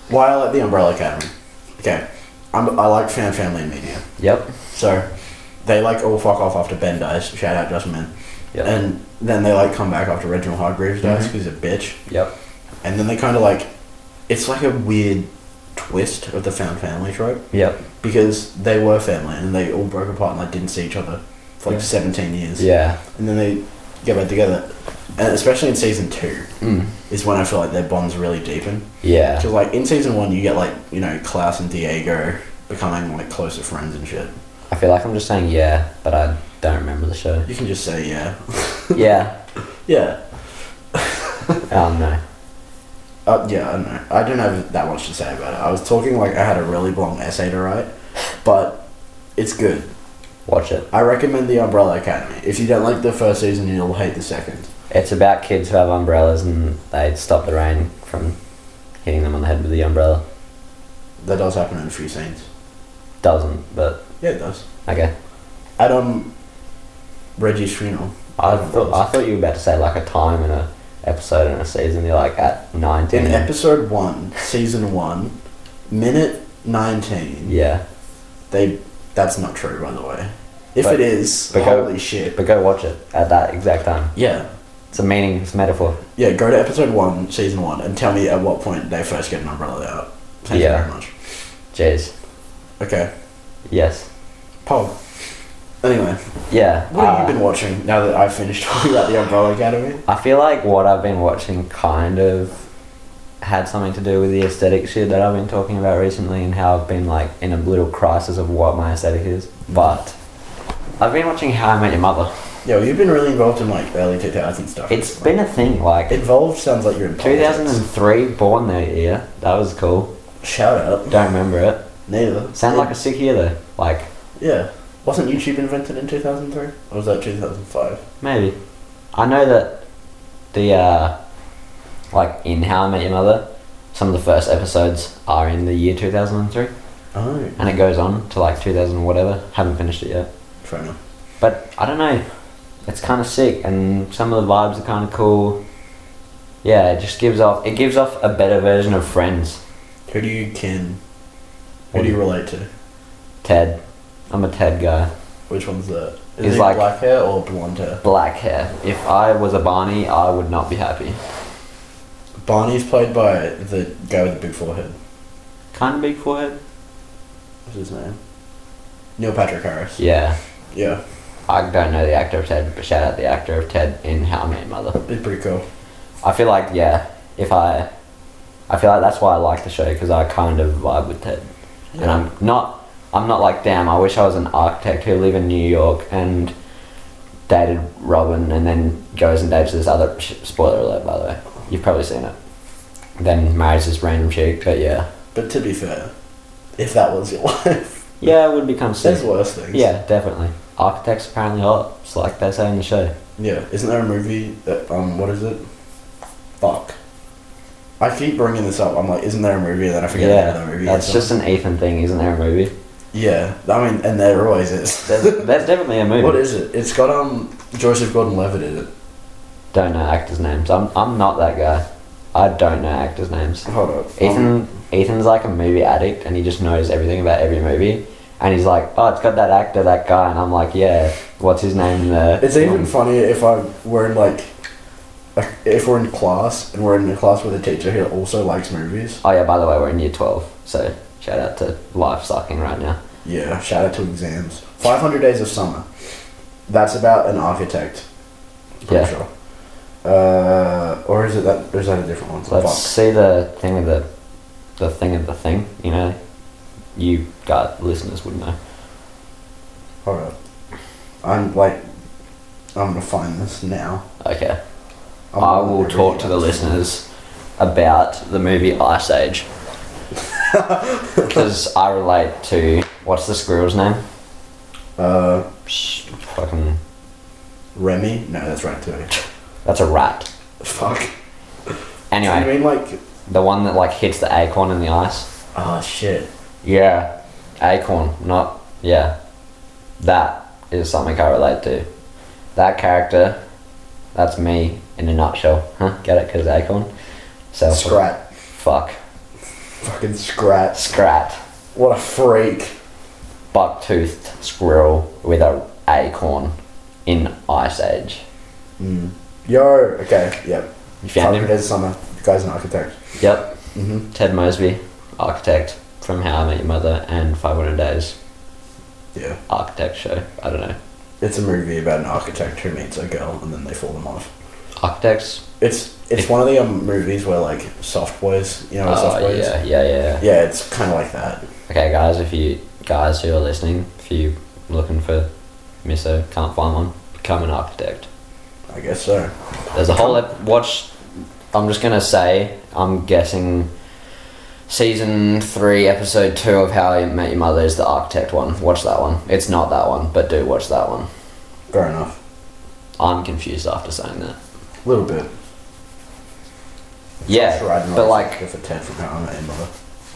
B: Why I like the Umbrella Academy. Okay, I'm, I like fan family and media.
A: Yep.
B: So they like all fuck off after Ben dies. Shout out Justin Man.
A: Yep.
B: And then they like come back after Reginald Hargreaves dies
A: Mm-hmm.
B: because he's a bitch.
A: yep.
B: And then they kind of like, it's like a weird twist of the found family trope
A: Yep.
B: because they were family and they all broke apart and like didn't see each other for like
A: Yeah.
B: 17 years.
A: Yeah.
B: And then they get back together. And especially in season two
A: Mm.
B: is when I feel like their bonds really deepen.
A: Yeah.
B: Because like in season one you get like, you know, Klaus and Diego becoming like closer friends and shit.
A: I feel like I'm just saying yeah, but I don't remember the
B: *laughs*
A: show.
B: You can just say yeah.
A: yeah.
B: Yeah.
A: Um, no.
B: Uh, yeah, I don't know. I don't have that much to say about it. I was talking like I had a really long essay to write, but it's good.
A: Watch it.
B: I recommend The Umbrella Academy. If you don't like the first season, you'll hate the second.
A: It's about kids who have umbrellas and they stop the rain from hitting them on the head with the umbrella.
B: That does happen in a few scenes.
A: Doesn't, but
B: Yeah, it does.
A: okay.
B: At um, Reggie's funeral.
A: I thought I thought you were about to say like a time in a episode in a season. You're like at nineteen.
B: In episode one, season one, minute nineteen.
A: yeah,
B: They. That's not true, by the way. If
A: But-
B: it is,
A: but go-
B: holy shit.
A: but go watch it at that exact time.
B: yeah.
A: It's a meaning. It's a metaphor.
B: Yeah, go to episode one, season one, and tell me at what point they first get an umbrella out. Thank
A: Yeah.
B: you very much.
A: Jeez.
B: Okay,
A: Yes.
B: Paul. Anyway,
A: Yeah.
B: what have
A: uh,
B: you been watching now that I've finished *laughs* talking about the Umbrella Academy?
A: I feel like what I've been watching kind of had something to do with the aesthetic shit that I've been talking about recently and how I've been like in a little crisis of what my aesthetic is. But I've been watching How I Met Your Mother.
B: Yo, you've been really involved in like early 2000s stuff.
A: It's been a thing. Like
B: involved. Sounds like you're in politics.
A: 2003, born that year. That was cool.
B: Shout out.
A: Don't remember it.
B: Neither.
A: Sound like a sick year though. Like
B: yeah. Wasn't YouTube invented in 2003? Or was that 2005?
A: maybe. I know that the uh, like in How I Met Your Mother, some of the first episodes are in the year two thousand and three,
B: Oh,
A: and it goes on to like two thousand whatever. Haven't finished it yet,
B: fair enough.
A: but I don't know. It's kind of sick, and some of the vibes are kind of cool. Yeah, it just gives off it gives off a better version of Friends.
B: Who do you kin? Who do you relate to?
A: Ted, I'm a Ted guy.
B: Which one's that? Is
A: He's
B: he
A: like-
B: black hair or blonde hair?
A: Black hair. If I was a Barney, I would not be happy.
B: Barney's played by the guy with the big forehead.
A: Kind of big forehead.
B: What's his name? Neil Patrick Harris.
A: Yeah.
B: Yeah,
A: I don't know the actor of Ted, but shout out the actor of Ted in How I Met Your Mother.
B: it's pretty cool.
A: I feel like yeah, if I, I feel like that's why I like the show because I kind of vibe with Ted, and
B: Yeah.
A: I'm not, I'm not like damn. I wish I was an architect who lived in New York and dated Robin and then goes and dates this other sh- spoiler alert by the way. You've probably seen it. Then marries this random chick, but yeah,
B: But to be fair, if that was your *laughs* life,
A: yeah, it would become
B: there's
A: sick.
B: worse things.
A: Yeah, definitely. Architects apparently hot. It's like they say in the show.
B: Yeah, isn't there a movie that, um, what is it? Fuck. I keep bringing this up. I'm like, isn't there a movie? And then I forget the name of
A: yeah,
B: the movie.
A: that's just an Ethan thing, isn't there? A movie.
B: Yeah, I mean, and there always is. *laughs*
A: There's, there's definitely a movie.
B: what is it? It's got, um, Joseph Gordon Levitt in it.
A: don't know actors' names. I'm I'm not that guy. I don't know actors' names.
B: Hold up. Um,
A: Ethan Ethan's like a movie addict, and he just knows everything about every movie. And he's like, oh, it's got that actor, that guy, and I'm like, yeah, what's his name in the
B: it's even
A: film?"
B: funnier if I we're in, like, if we're in class and we're in a class with a teacher who also likes movies.
A: Oh yeah, by the way, we're in year twelve, so shout out to life sucking right now.
B: Yeah, shout out to exams. 500 Days of Summer. That's about an architect. Pretty
A: Yeah.
B: sure. Uh, or is it that? Or is that a different one?
A: Let's
B: Fuck.
A: see the thing of the the thing of the thing. You know, you guys listeners would know.
B: Hold up. I'm like, I'm gonna find this now.
A: Okay,
B: I'm
A: I
B: gonna
A: will
B: read
A: talk
B: it.
A: to the listeners about the movie Ice
B: *laughs*
A: Age. Because I relate to what's the squirrel's name?
B: Uh,
A: Sh- Fucking,
B: Remy? No, that's right
A: *laughs*
B: too.
A: that's a rat.
B: Fuck. I
A: Anyway,
B: mean, like,
A: the one that like hits the acorn in the ice.
B: oh shit.
A: Yeah, acorn, not yeah. That is something I relate to. That character, that's me in a nutshell. Huh? Get it? Because acorn. So
B: Scrat.
A: Fuck.
B: Fucking Scrat.
A: Scrat.
B: What a freak.
A: buck-toothed squirrel with a acorn in Ice Age.
B: Yo. Okay. Yep.
A: Mm. You found him?
B: Days of Summer. The guy's an architect.
A: Yep.
B: Mhm.
A: Ted Mosby, architect from How I Met Your Mother and 500 Days
B: Yeah.
A: architect show. I don't know.
B: It's a movie about an architect who meets a girl and then they fall in love.
A: Architects?
B: It's it's one of the um, movies where like soft boys, you know, what soft
A: Oh,
B: boys.
A: yeah, yeah, yeah.
B: Yeah, it's kind of like that.
A: Okay, guys, if you guys who are listening, if you looking for Miso, can't find one, become an architect.
B: I guess so.
A: There's a whole ep- watch. I'm just gonna say. I'm guessing. Season three, episode two of How I Met Your Mother is the architect one. Watch that one. It's not that one, but do watch that one.
B: Fair enough.
A: I'm confused after saying that.
B: A little bit.
A: Yeah,
B: Josh Radnor
A: but
B: is
A: like,
B: actor for Ted from How I Met Your Mother.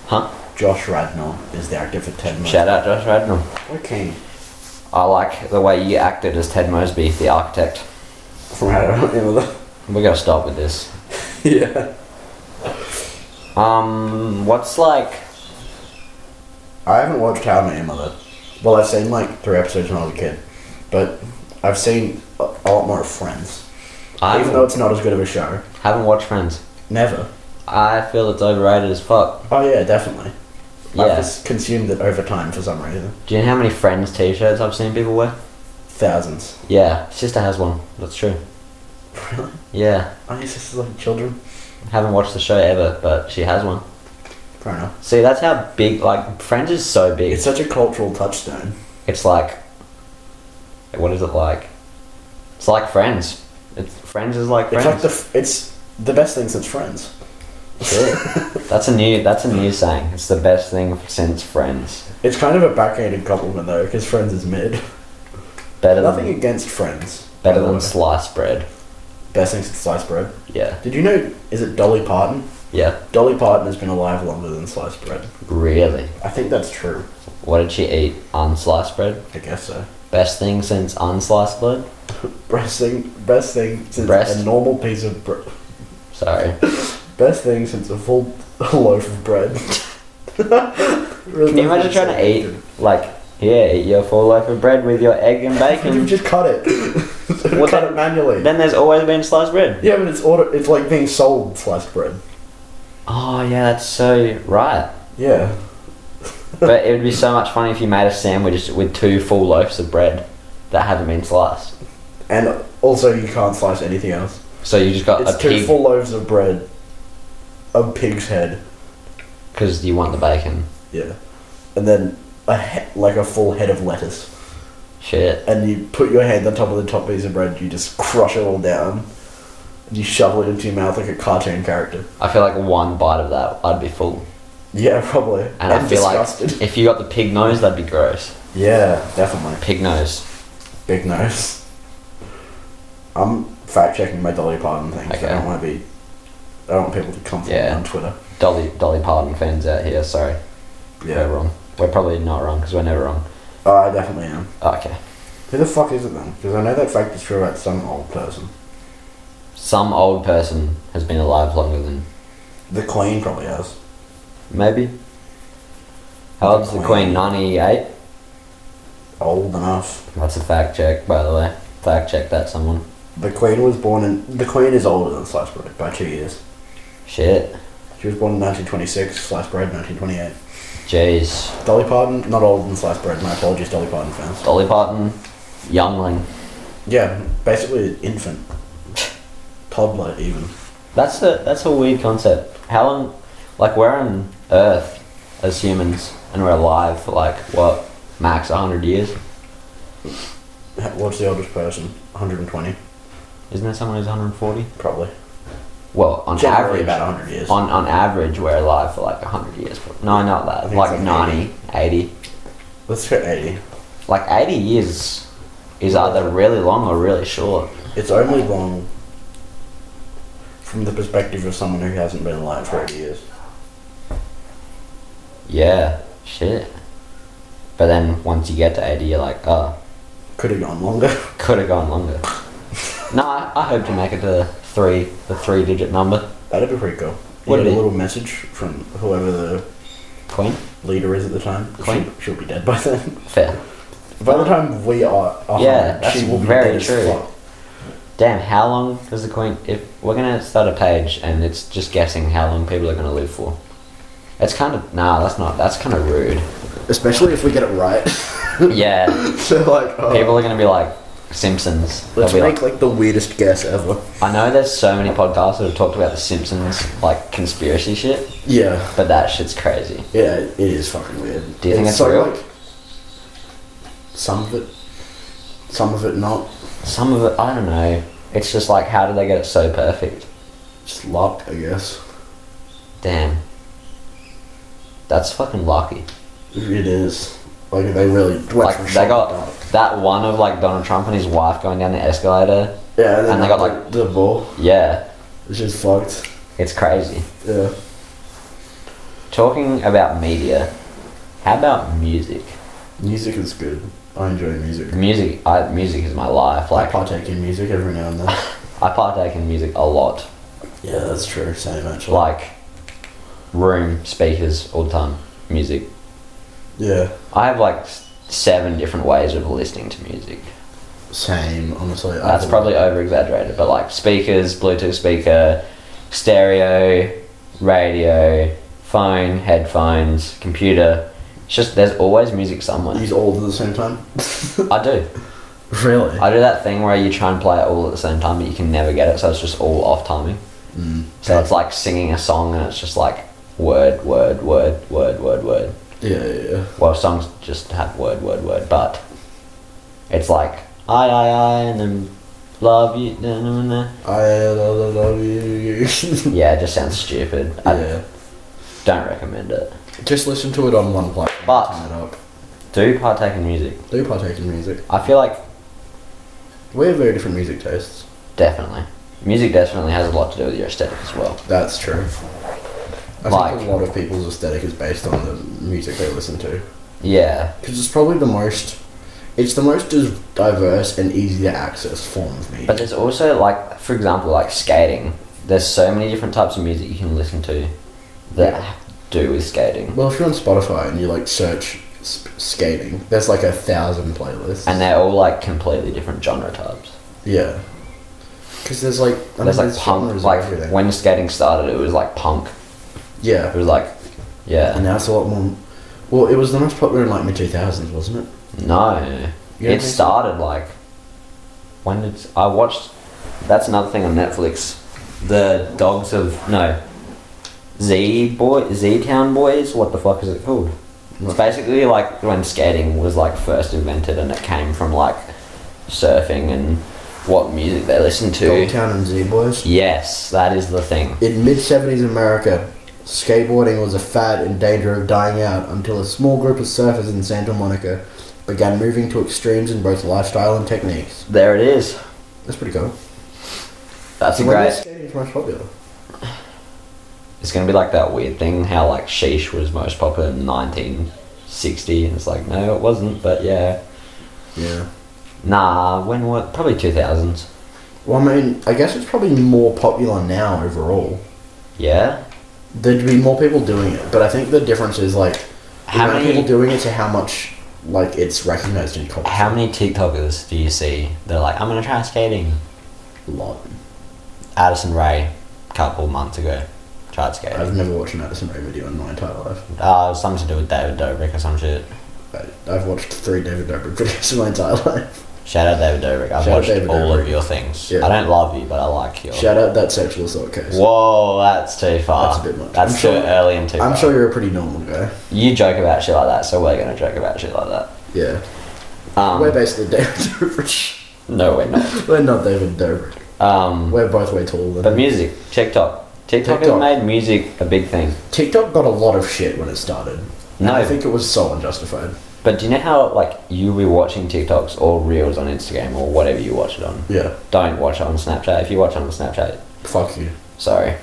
A: huh?
B: Josh Radnor is the actor for Ted.
A: Shout out Josh Radnor.
B: Okay.
A: I like the way you acted as Ted Mosby, the architect.
B: From How I Met Your Mother. *laughs*
A: We gotta stop with this.
B: yeah.
A: Um, what's like?
B: I haven't watched How I Met Your Mother. Well, I've seen like three episodes when I was a kid, but I've seen a, a lot more of Friends.
A: I
B: Even though it's not as good of a show,
A: haven't watched Friends.
B: never.
A: I feel it's overrated as fuck.
B: Oh yeah, definitely. I've
A: Yeah.
B: just consumed it over time for some reason.
A: Do you know how many Friends t-shirts I've seen people wear?
B: Thousands. *laughs*
A: Yeah, sister has one. That's true.
B: Really?
A: Yeah,
B: I guess this is like children.
A: haven't watched the show ever, but she has one.
B: Fair enough.
A: See, that's how big. Like Friends is so big.
B: It's
A: It's,
B: such a cultural touchstone.
A: like, what is it like? It's like Friends. It's Friends is like
B: It's
A: Friends.
B: like the f- it's the best thing since Friends.
A: Sure. that's a new. That's a new saying. It's the best thing since Friends.
B: *laughs* It's kind of a backhanded compliment though, because Friends is mid.
A: Better
B: Nothing
A: than
B: against Friends.
A: better
B: by the way.
A: than sliced bread.
B: best thing since sliced bread.
A: Yeah,
B: Did you know? Is it Dolly Parton?
A: yeah.
B: Dolly Parton has been alive longer than sliced bread.
A: Really.
B: I think that's true.
A: What did she eat? Unsliced bread.
B: I guess so.
A: Best thing since unsliced bread.
B: Best thing, best thing since
A: Breast?
B: a normal piece of bread.
A: Sorry.
B: Best thing since
A: *laughs*
B: a full *laughs* loaf of bread.
A: Can you imagine trying to eat like Yeah, eat your full loaf of bread with your egg and
B: You've
A: bacon.
B: just cut
A: *laughs*
B: it.
A: Well,
B: cut
A: then-
B: it manually.
A: then there's always been sliced bread.
B: yeah, but it's auto- It's like being sold sliced bread.
A: Oh yeah, that's so right.
B: Yeah.
A: but it would be so much fun if you made a sandwich with two full loaves of bread that haven't been sliced.
B: And also, you can't slice anything else.
A: So you just got
B: It's
A: a
B: two
A: pig
B: full loaves of bread, a pig's head,
A: because you want the bacon.
B: yeah, and then a he- like a full head of lettuce.
A: Shit.
B: And you put your hand on top of the top piece of bread. You just crush it all down. And you shovel it into your mouth like a cartoon character.
A: I feel like one bite of that, I'd be full.
B: Yeah, probably.
A: And
B: I'm
A: I feel
B: disgusted.
A: like if you got the pig nose, that'd be gross.
B: yeah, definitely.
A: Pig nose.
B: Big nose. I'm fact checking my Dolly Parton things.
A: Okay.
B: I don't want to be. I don't want people to come for me
A: Yeah.
B: on Twitter.
A: Dolly Dolly Parton fans out here, sorry. We're wrong. We're probably not wrong because we're never wrong.
B: Oh, I definitely am.
A: Okay.
B: Who the fuck is it then? Because I know that fact is true about some old person.
A: Some old person has been alive longer than
B: The Queen probably has.
A: maybe. How old's the Queen? 98?
B: Old enough.
A: That's a fact check, by the way. Fact check that, someone.
B: The Queen was born in. The Queen is older than Sliced Bread by two years.
A: Shit.
B: She was born in 1926, Sliced Bread 1928.
A: Jeez.
B: Dolly Parton, not older than Sliced Bread. My apologies, Dolly Parton fans.
A: Dolly Parton, youngling.
B: Yeah, basically an infant. *laughs* Toddler, even.
A: That's a that's a weird concept. How long, like we're on Earth as humans, and we're alive for like what max hundred years?
B: What's the oldest person? 120,
A: Isn't there someone who's one hundred forty?
B: probably.
A: Well, on
B: Generally
A: average,
B: about 100 years.
A: on on average, we're alive for like hundred years. But no, not
B: I
A: that.
B: think
A: Like
B: it's like
A: 90, 80.
B: Let's go 80.
A: Like eighty years is either really long or really short.
B: It's only long from the perspective of someone who hasn't been alive for 80 years.
A: Yeah, shit. But then once you get to eighty, you're like, oh,
B: Could have gone longer. *laughs*
A: could have gone longer. no, I, I hope to make it to the three, the three-digit number.
B: That'd be pretty cool. You
A: Would
B: get
A: be.
B: a little message from whoever the
A: Queen.
B: leader is at the time.
A: Queen?
B: She'll, she'll be dead by then. *laughs*
A: Fair.
B: By the time we are, are
A: Yeah,
B: home,
A: that's
B: she will be
A: very
B: dead as
A: true.
B: fuck.
A: Damn, how long does the Queen? If we're gonna start a page and it's just guessing how long people are gonna live for, it's kind of nah. That's not. That's kind of rude.
B: Especially if we get it right.
A: *laughs*
B: *coughs*
A: Yeah,
B: *laughs* so like, oh,
A: people are gonna be like Simpsons. They'll
B: let's
A: be
B: make
A: like-
B: like the weirdest guess ever.
A: I know there's so many podcasts that have talked about the Simpsons like conspiracy shit,
B: Yeah,
A: but that shit's crazy.
B: yeah, it is fucking weird.
A: Do you think it's
B: so,
A: real?
B: Like, some of it, some of it not.
A: Some of it, I don't know. It's just like, how did they get it so perfect?
B: Just luck, I guess.
A: Damn. That's fucking lucky.
B: It is. Like they really
A: Like they got that one of like Donald Trump and his wife going down the escalator.
B: yeah,
A: and they got, like-
B: the ball.
A: Yeah,
B: It's just fucked.
A: it's crazy.
B: Yeah.
A: Talking about media, how about music?
B: Music is good. I enjoy music.
A: Music, I, music is my life.
B: I
A: Like
B: partake in music every now and then.
A: I partake in music a lot.
B: yeah, that's true. Same actually.
A: Like room speakers all the time. Music.
B: yeah,
A: I have like s- seven different ways of listening to music.
B: same. Honestly, I
A: That's
B: don't-
A: probably over exaggerated, but like speakers, Bluetooth speaker, stereo, radio, phone, headphones, computer. It's just there's always music somewhere.
B: Use all at the same time.
A: I do.
B: *laughs* Really?
A: I do that thing where you try and play it all at the same time, but you can never get it, so it's just all off timing.
B: Mm.
A: So it's like singing a song and it's just like word, word, word, word, word, word.
B: Yeah, yeah, yeah.
A: Well, songs just have word, word, word, but it's like I, I, I, and then love you. Na, na, na.
B: I love, love you. *laughs*
A: Yeah, it just sounds stupid.
B: yeah.
A: I don't recommend it.
B: Just listen to it on one platform.
A: But-
B: Turn it up.
A: Do partake in music.
B: Do partake in music.
A: I feel like
B: We have very different music tastes.
A: definitely. Music definitely has a lot to do with your aesthetic as well.
B: That's true. I
A: Like-
B: think a lot of people's aesthetic is based on the music they listen to.
A: Yeah,
B: Because it's probably the most, it's the most dis- diverse and easy to access form of music.
A: but there's also like, for example, like skating. There's so many different types of music you can listen to that
B: Yeah.
A: do with skating.
B: well, if you're on Spotify and you like search s- skating. There's like a thousand playlists.
A: and they're all like completely different genre types.
B: yeah, because there's like I
A: There's
B: mean,
A: like punk,
B: genres
A: like
B: of everything.
A: when skating started, it was like punk. It
B: yeah,
A: was like,
B: and
A: yeah,
B: now it's a lot more. Well, it was the most popular in like mid two thousands, wasn't it?
A: no.
B: You don't
A: it
B: think so?
A: started like when did I watched? That's another thing on Netflix. The Dogs of No Z Boy Z Town Boys. What the fuck is it called? It's
B: Right.
A: basically like when skating was like first invented, and it came from like surfing and what music they listened to.
B: Dogtown and Z Boys.
A: Yes, that is the thing.
B: In mid 70s America, skateboarding was a fad in danger of dying out until a small group of surfers in Santa Monica began moving to extremes in both lifestyle and techniques.
A: There it is.
B: That's pretty cool.
A: That's a
B: When
A: great.
B: was skating most popular?
A: It's gonna be like that weird thing how like sheesh was most popular in 1960, and it's like no, it wasn't. But yeah,
B: Yeah.
A: nah. When what? Probably 2000s.
B: Well, I mean, I guess it's probably more popular now overall.
A: Yeah.
B: There'd be more people doing it, but I think the difference is like the
A: How
B: amount of
A: many-
B: people doing it to how much like it's recognized in culture.
A: How many TikTokers do you see? They're like, I'm gonna try skating.
B: A lot.
A: Addison Ray, a couple months ago, tried skating.
B: I've never watched an Addison Rae video in my entire life.
A: Uh, something to do with David Dobrik or some shit.
B: I, I've watched three David Dobrik videos in my entire life.
A: Shout out David Dobrik. I've
B: Shout out
A: watched
B: David
A: all
B: Dobrik.
A: of your things.
B: Yeah.
A: I don't love you, but I like you.
B: Shout out that sexual assault case.
A: Whoa, that's too far.
B: That's a bit much.
A: That's
B: I'm
A: too
B: sure-
A: early and too
B: I'm
A: far.
B: sure you're a pretty normal guy.
A: You joke about shit like that, so we're gonna joke about shit like that.
B: Yeah.
A: Um,
B: we're basically David *laughs* Dobrik.
A: no, we're not.
B: we're not David Dobrik.
A: Um,
B: We're both way taller
A: but
B: than him.
A: music, TikTok. TikTok,
B: TikTok.
A: has made music a big thing.
B: TikTok got a lot of shit when it started. And
A: No.
B: I think it was so unjustified.
A: But do you know how like you'll be watching TikToks or Reels on Instagram or whatever you watch it on?
B: Yeah.
A: Don't watch it on Snapchat. If you watch it on Snapchat,
B: Fuck you.
A: sorry,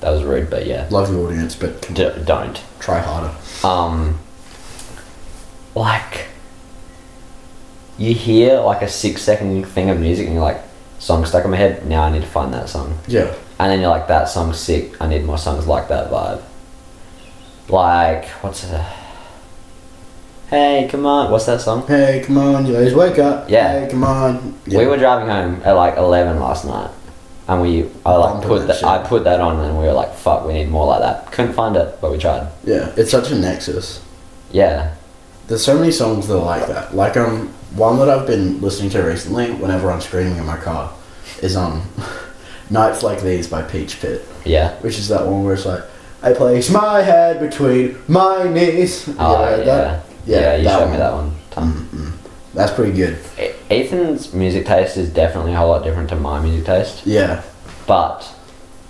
A: that was rude. But yeah,
B: Love your audience, but come
A: D- don't.
B: on, try harder.
A: um like you hear like a six second thing of music and you're like song stuck in my head now i need to find that song
B: Yeah.
A: and then you're like that song's sick i need more songs like that vibe like what's it hey come on what's that song
B: Hey, come on, you guys, wake up.
A: Yeah.
B: Hey, come on.
A: we were driving home at like 11 last night and we i like
B: Bumping
A: put
B: that
A: that
B: shit.
A: i put that on and we were like fuck we need more like that couldn't find it but we tried
B: Yeah. It's such a nexus.
A: yeah
B: There's so many songs that are like that. Like um, one that I've been listening to recently, whenever I'm screaming in my car, is um, *laughs* "Nights Like These" by Peach Pit,
A: yeah
B: which is that one where it's like, "I place my head between my
A: *laughs*
B: knees."
A: oh yeah
B: like
A: yeah,
B: that? Yeah,
A: you
B: that
A: showed me
B: one. Mm-hmm.
A: that one time
B: That's pretty good.
A: E- Ethan's music taste is definitely a whole lot different to my music taste,
B: Yeah,
A: but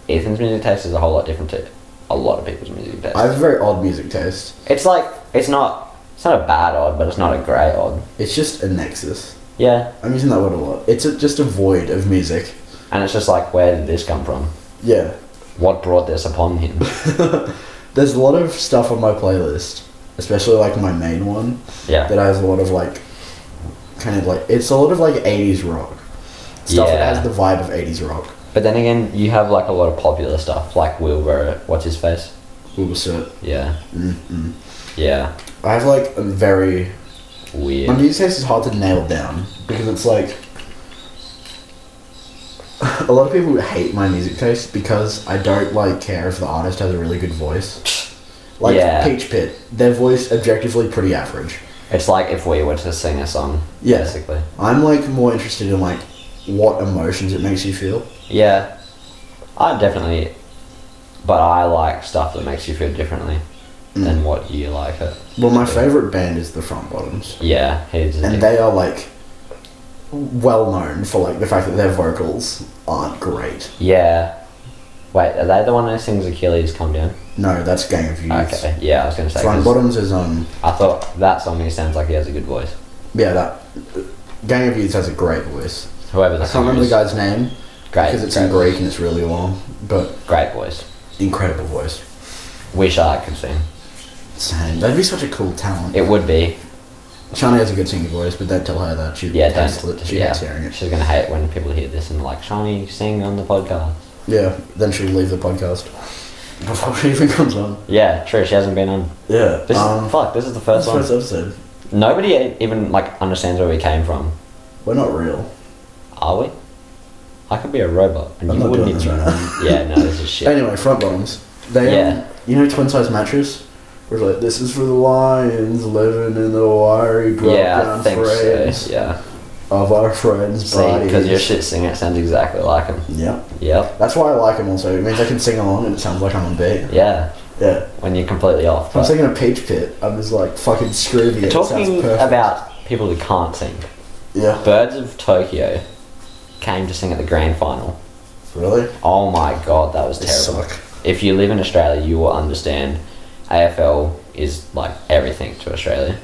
A: Ethan's music taste is a whole lot different to a lot of people's music taste.
B: I have a very odd music taste.
A: it's like it's not it's not a bad odd, but it's not a great odd.
B: It's just a nexus.
A: Yeah,
B: I'm using that word a lot. It's a, just a void of music.
A: and it's just like where did this come from?
B: Yeah,
A: What brought this upon
B: *laughs*
A: him?
B: there's a lot of stuff on my playlist, especially like my main one.
A: Yeah,
B: that has a lot of like kind of like it's a lot of like 80s rock stuff
A: Yeah.
B: that has the vibe of 80s rock
A: but then again, you have like a lot of popular stuff like Wilbur. What's his face?
B: also
A: Yeah,
B: Mm-hmm.
A: yeah,
B: i have like a very my
A: weird.
B: music taste is hard to nail down because it's like *laughs* a lot of people hate my music taste because i don't like care if the artist has a really good voice like
A: Yeah.
B: peach pit their voice objectively pretty average
A: It's like if we were to sing a song,
B: Yeah.
A: basically.
B: i'm like more interested in like what emotions it makes you feel
A: Yeah, I definitely, but I like stuff that makes you feel differently
B: Mm.
A: than what you like it.
B: well my favorite band is the front bottoms
A: Yeah, he's a dick.
B: and they are like well known for like the fact that their vocals aren't great.
A: yeah. Wait, are they the one who sings Achilles Come Down?
B: No, that's Gang of Youth.
A: Okay, yeah, I was gonna say. 'cause
B: Front Bottoms is um
A: I thought that song he sounds like he has a good voice.
B: yeah that Gang of Youth has a great voice.
A: Whoever the
B: I can't
A: singer
B: remember the
A: is,
B: guy's name
A: Great,
B: because it's in
A: great,
B: Greek and it's really long, but
A: great voice.
B: incredible voice.
A: Wish I could sing.
B: Same. That'd be such a cool talent.
A: It would be.
B: Shani has a good singing voice, but don't tell her that. She
A: Yeah,
B: hates
A: don't.
B: it. She
A: yeah,
B: hates hearing it.
A: she's gonna hate when people hear this and like, Shiny, sing on the podcast.
B: Yeah, then she'll leave the podcast. before it even comes on.
A: Yeah, true. She hasn't been on.
B: Yeah.
A: This
B: um,
A: is, fuck. This is the first
B: that's the
A: one.
B: first episode.
A: Nobody e- even like understands where we came from.
B: We're not real.
A: Are we? I could be a robot, and
B: I'm
A: you
B: not
A: wouldn't
B: doing
A: even.
B: this right
A: know. *laughs* yeah, no, this is shit.
B: Anyway, front bottoms. They
A: Yeah.
B: um, you know twin size mattress? We're like, this is for the lions living in the wiry
A: yeah, I
B: broken
A: think
B: frames
A: so. Yeah,
B: of our friends'
A: see,
B: bodies.
A: because your shit singer sounds exactly like him.
B: yeah.
A: Yep.
B: That's why I like them also. It means I can sing along and it sounds like I'm on beat.
A: Yeah,
B: Yeah.
A: when you're completely off.
B: If I'm
A: But
B: singing a peach pit, I'm just like fucking screaming. It
A: talking
B: sounds perfect.
A: about people who can't sing,
B: Yeah.
A: Birds of Tokyo came to sing at the grand final.
B: Really?
A: Oh my god, that was
B: They
A: terrible.
B: suck.
A: If you live in Australia, you will understand. AFL is like everything to Australia.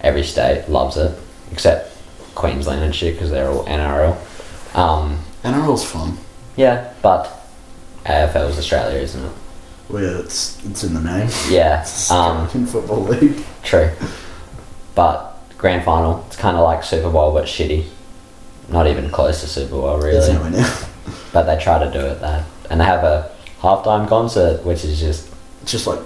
A: Every state loves it, except Queensland and shit because they're all NRL. Um,
B: NRL's fun.
A: yeah, but AFL is Australia, isn't it?
B: Well, yeah, it's it's in the name.
A: Yeah.
B: It's
A: Um,
B: Australian football league.
A: True. But grand final, it's kind of like Super Bowl but shitty. Not even close to Super Bowl
B: It's
A: really.
B: nowhere near.
A: But they try to do it there, and they have a halftime concert, which is just
B: It's just like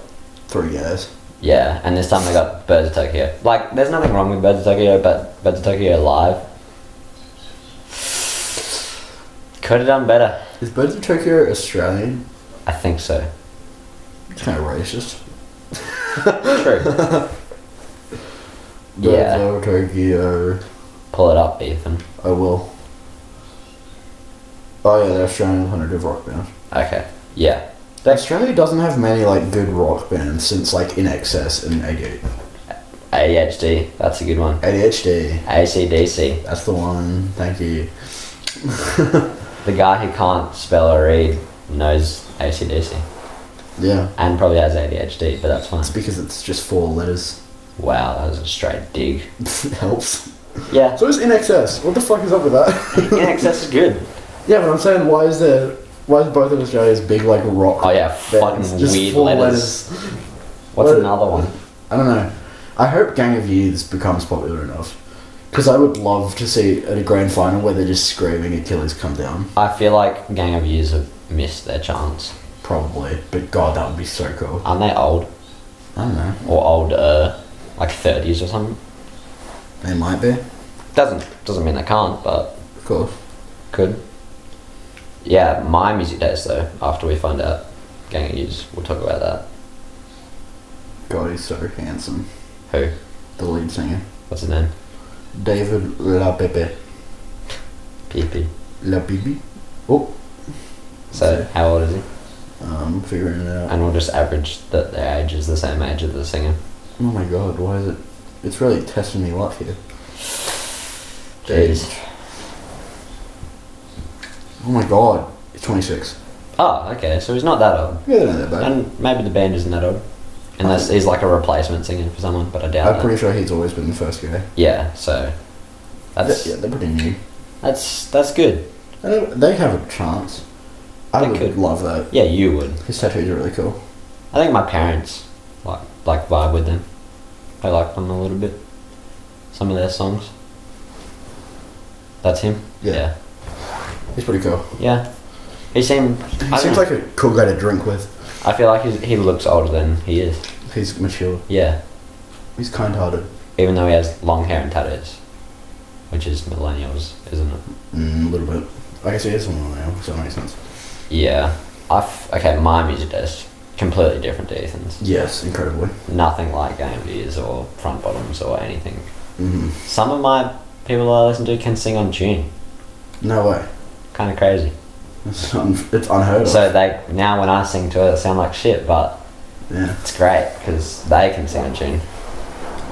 B: three guys.
A: yeah. And this time they got Birds of Tokyo. Like, there's nothing wrong with Birds of Tokyo, but Birds of Tokyo live could have done better.
B: Is Birds of Tokyo Australian?
A: I think so.
B: It's kind of racist.
A: True.
B: Birds
A: Yeah.
B: of Tokyo.
A: *laughs* Pull it up, Ethan.
B: I will. Oh yeah, they're Australian alternative rock band.
A: Okay. Yeah. That's
B: Australia doesn't have many like good rock bands since like In Excess and AD-
A: ADHD. That's a good one.
B: ADHD.
A: ACDC.
B: That's the one. Thank you.
A: The guy who can't spell or read knows ACDC
B: Yeah.
A: and probably has ADHD, but that's fine.
B: It's because it's just four letters. *laughs*
A: Wow, that was a straight dig.
B: Helps.
A: Yeah,
B: So it's in excess. What the fuck is up with that? *laughs*
A: in excess is good.
B: yeah, but I'm saying why is there why is both of Australia's big like rock?
A: Oh yeah,
B: bands
A: fucking weird letters. What's
B: What-
A: another one?
B: I don't know. I hope Gang of Youths becomes popular enough. Because I would love to see at a grand final where they're just screaming Achilles come down.
A: I feel like Gang of Years have missed their chance.
B: Probably. But god, that would be so cool.
A: Aren't they old
B: I don't know.
A: or older, like thirties or something?
B: They might be.
A: Doesn't doesn't mean they can't, but
B: Of course.
A: could. Yeah, my music taste though. After we find out Gang of Years, we'll talk about that.
B: God, he's so handsome.
A: Who?
B: The lead singer.
A: What's his name?
B: David La Pepe.
A: PP.
B: La Bibi. Oh.
A: So how old is he?
B: Um, figuring it out.
A: And we'll just average that their age is the same age as the singer.
B: Oh my god, why is it? It's really testing me luck here.
A: Jeez.
B: Oh my god, it's 26.
A: Oh, okay. So he's not that old.
B: Yeah, they're not that bad.
A: And maybe the band isn't that old. Unless he's like a replacement singer for someone, but I doubt
B: I'm
A: that.
B: pretty sure he's always been the first guy.
A: yeah, so that's
B: yeah, they're pretty new.
A: that's that's good.
B: And they- they have a chance. I
A: They
B: would
A: could.
B: love that.
A: Yeah, you would.
B: His tattoos are really cool.
A: I think my parents like like vibe with them. They like them a little bit. Some of their songs. That's him.
B: Yeah. He's pretty cool.
A: Yeah. Yeah. He seemed.
B: He
A: I,
B: seems
A: seems
B: like a cool guy to drink with.
A: I feel like he's, he looks older than he is.
B: He's mature.
A: Yeah.
B: He's kind hearted.
A: even though he has long hair and tattoos, which is millennials, isn't it?
B: Mm, a little bit. I guess he is one now, so that makes sense.
A: Yeah. I f- okay, my music taste completely different to Ethan's.
B: Yes, incredibly.
A: Nothing like Game Views or Front Bottoms or anything.
B: hmm
A: Some of my people I listen to can sing on tune.
B: No way.
A: Kind of crazy.
B: It's, un- it's unheard of.
A: So they now when I sing to it, it sound like shit, but
B: yeah.
A: it's great because they can sing on tune.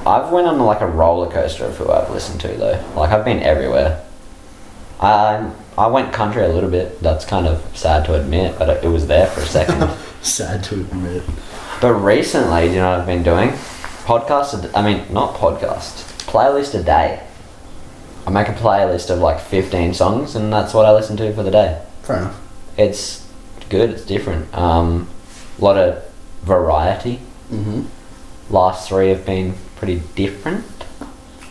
A: I've went on like a roller coaster of who I've listened to though. Like I've been everywhere. I I went country a little bit. That's kind of sad to admit, but it it was there for a second.
B: Sad to admit.
A: but recently, do you know what I've been doing? Podcast. a d- I mean, not podcast. Playlist a day. I make a playlist of like fifteen songs, and that's what I listen to for the day.
B: Fair enough.
A: It's good. It's different. Um, a lot of variety.
B: hmm
A: last three have been pretty different.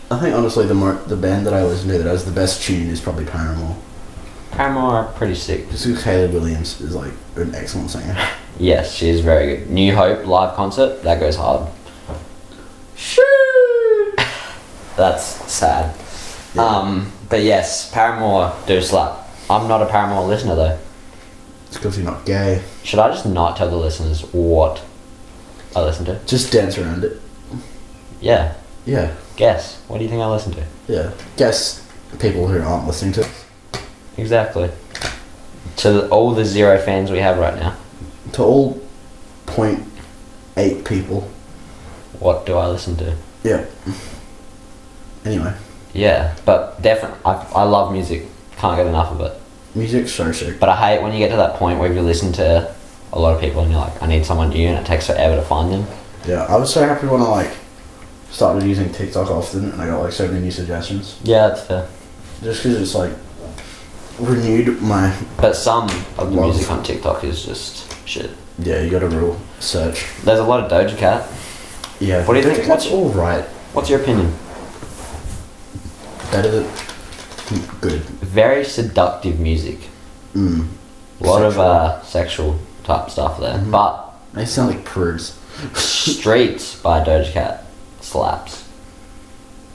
B: I think honestly, the more the band that I listen to that has the best tune is probably Paramore.
A: Paramore are pretty sick.
B: Just because Caleb Williams is like an excellent singer.
A: Yes, she is very good. New Hope live concert, that goes hard. *laughs* That's sad.
B: Yeah.
A: Um, but yes, Paramore do slap. I'm not a Paramore listener though.
B: *laughs* It's because you're not gay.
A: Should I just not tell the listeners what I listen to?
B: Just dance around it.
A: Yeah.
B: Yeah,
A: Guess. What do you think I listen to?
B: yeah. Guess people who aren't listening to us.
A: Exactly. To the, all the zero fans we have right now,
B: To all point eight people.
A: what do I listen to?
B: Yeah. Anyway,
A: Yeah, but definitely, I, I love music. Can't get enough of it.
B: music's so sick.
A: But I hate when you get to that point where you listen to a lot of people and you're like, I need someone new, and it takes forever to find them.
B: Yeah, I was so happy when I like started using TikTok often, and I got like so many new suggestions.
A: Yeah, that's fair.
B: Just because it's like renewed my
A: But some of the
B: Love.
A: music on TikTok is just shit.
B: yeah. You got to rule search.
A: There's a lot of Doja Cat.
B: Yeah.
A: What do you think?
B: That's all right.
A: What's your opinion?
B: Better than good.
A: Very seductive music.
B: Mm.
A: A lot
B: Sexual.
A: of uh, sexual type stuff there.
B: Mhm.
A: But
B: They sound like prudes.
A: Streets by Doja Cat slaps.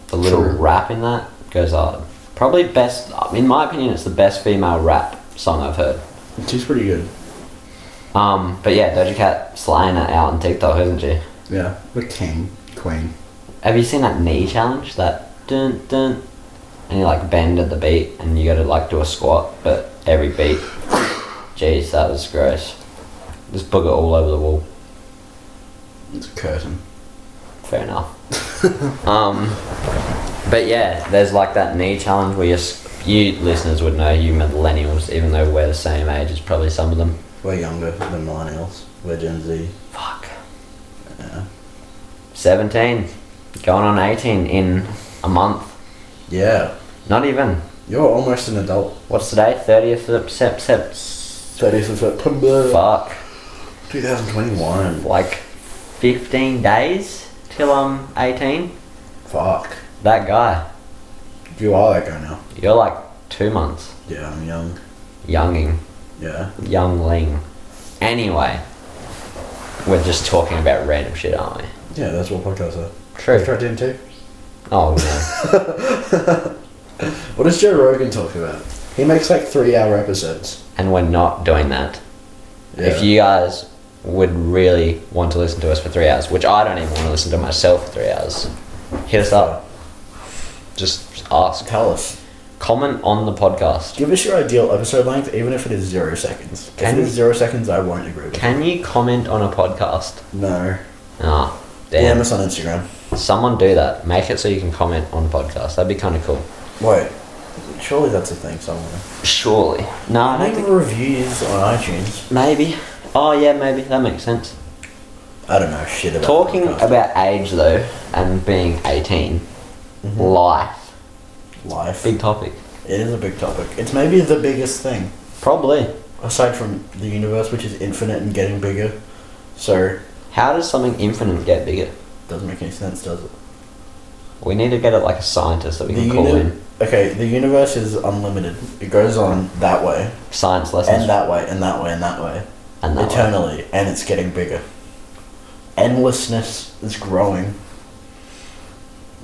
A: The little
B: True.
A: rap in that goes hard. Probably best, in my opinion, it's the best female rap song I've heard.
B: She's pretty good.
A: Um, but yeah, Doja Cat slaying it out on TikTok, isn't she?
B: Yeah. The king, queen.
A: Have you seen that knee challenge? That dun dun, and you like bend at the beat, and you gotta like do a squat, but every beat. Jeez, that was gross. Just booger all over the wall.
B: It's a curtain.
A: Fair enough. um, but yeah, there's like that knee challenge where you, s- you listeners would know, you millennials, even though we're the same age as probably some of them.
B: We're younger than millennials. We're Gen Z.
A: Fuck.
B: Yeah.
A: 17, going on 18 in a month.
B: yeah.
A: Not even.
B: You're almost an adult.
A: What's today? 30th of Sep Sep.
B: 30th of September
A: Fuck.
B: 2021.
A: Like 15 days till I'm 18.
B: Fuck.
A: That guy.
B: You are that guy now.
A: You're like two months.
B: Yeah, I'm young.
A: Younging.
B: Yeah.
A: Youngling. Anyway, we're just talking about random shit, aren't we?
B: Yeah, that's what podcasts are.
A: True.
B: DMT.
A: Oh, no.
B: What does Joe Rogan talk about? He makes like three hour episodes.
A: and we're not doing that.
B: Yeah.
A: If you guys would really want to listen to us for three hours, which I don't even want to listen to myself for three hours, hit us up. Just ask.
B: Tell us.
A: Comment on the podcast.
B: Give us your ideal episode length, even if it is zero seconds. If
A: Can-
B: it is zero seconds, I won't agree with
A: Can you comment on a podcast?
B: you. No.
A: Ah,
B: DM
A: damn.
B: us on Instagram.
A: Someone do that. Make it so you can comment on podcasts. That'd be kind of cool.
B: Wait. Surely that's a thing somewhere.
A: Surely. No, I don't
B: Make
A: think.
B: reviews on iTunes.
A: Maybe. Oh, yeah, maybe. That makes sense.
B: I don't know shit about
A: Talking
B: podcasts.
A: about age though and being 18,
B: Mm-hmm.
A: life,
B: life.
A: big topic.
B: It is a big topic. It's maybe the biggest thing
A: Probably.
B: aside from the universe, which is infinite and getting bigger. So
A: How does something infinite get bigger?
B: doesn't make any sense, does it?
A: We need to get it like a scientist that we
B: The
A: can call
B: uni-
A: in.
B: okay, the universe is unlimited. It goes on that way,
A: Science lessons.
B: and that way, and that way, and that way,
A: and that one.
B: eternally, and it's getting bigger. Endlessness is growing.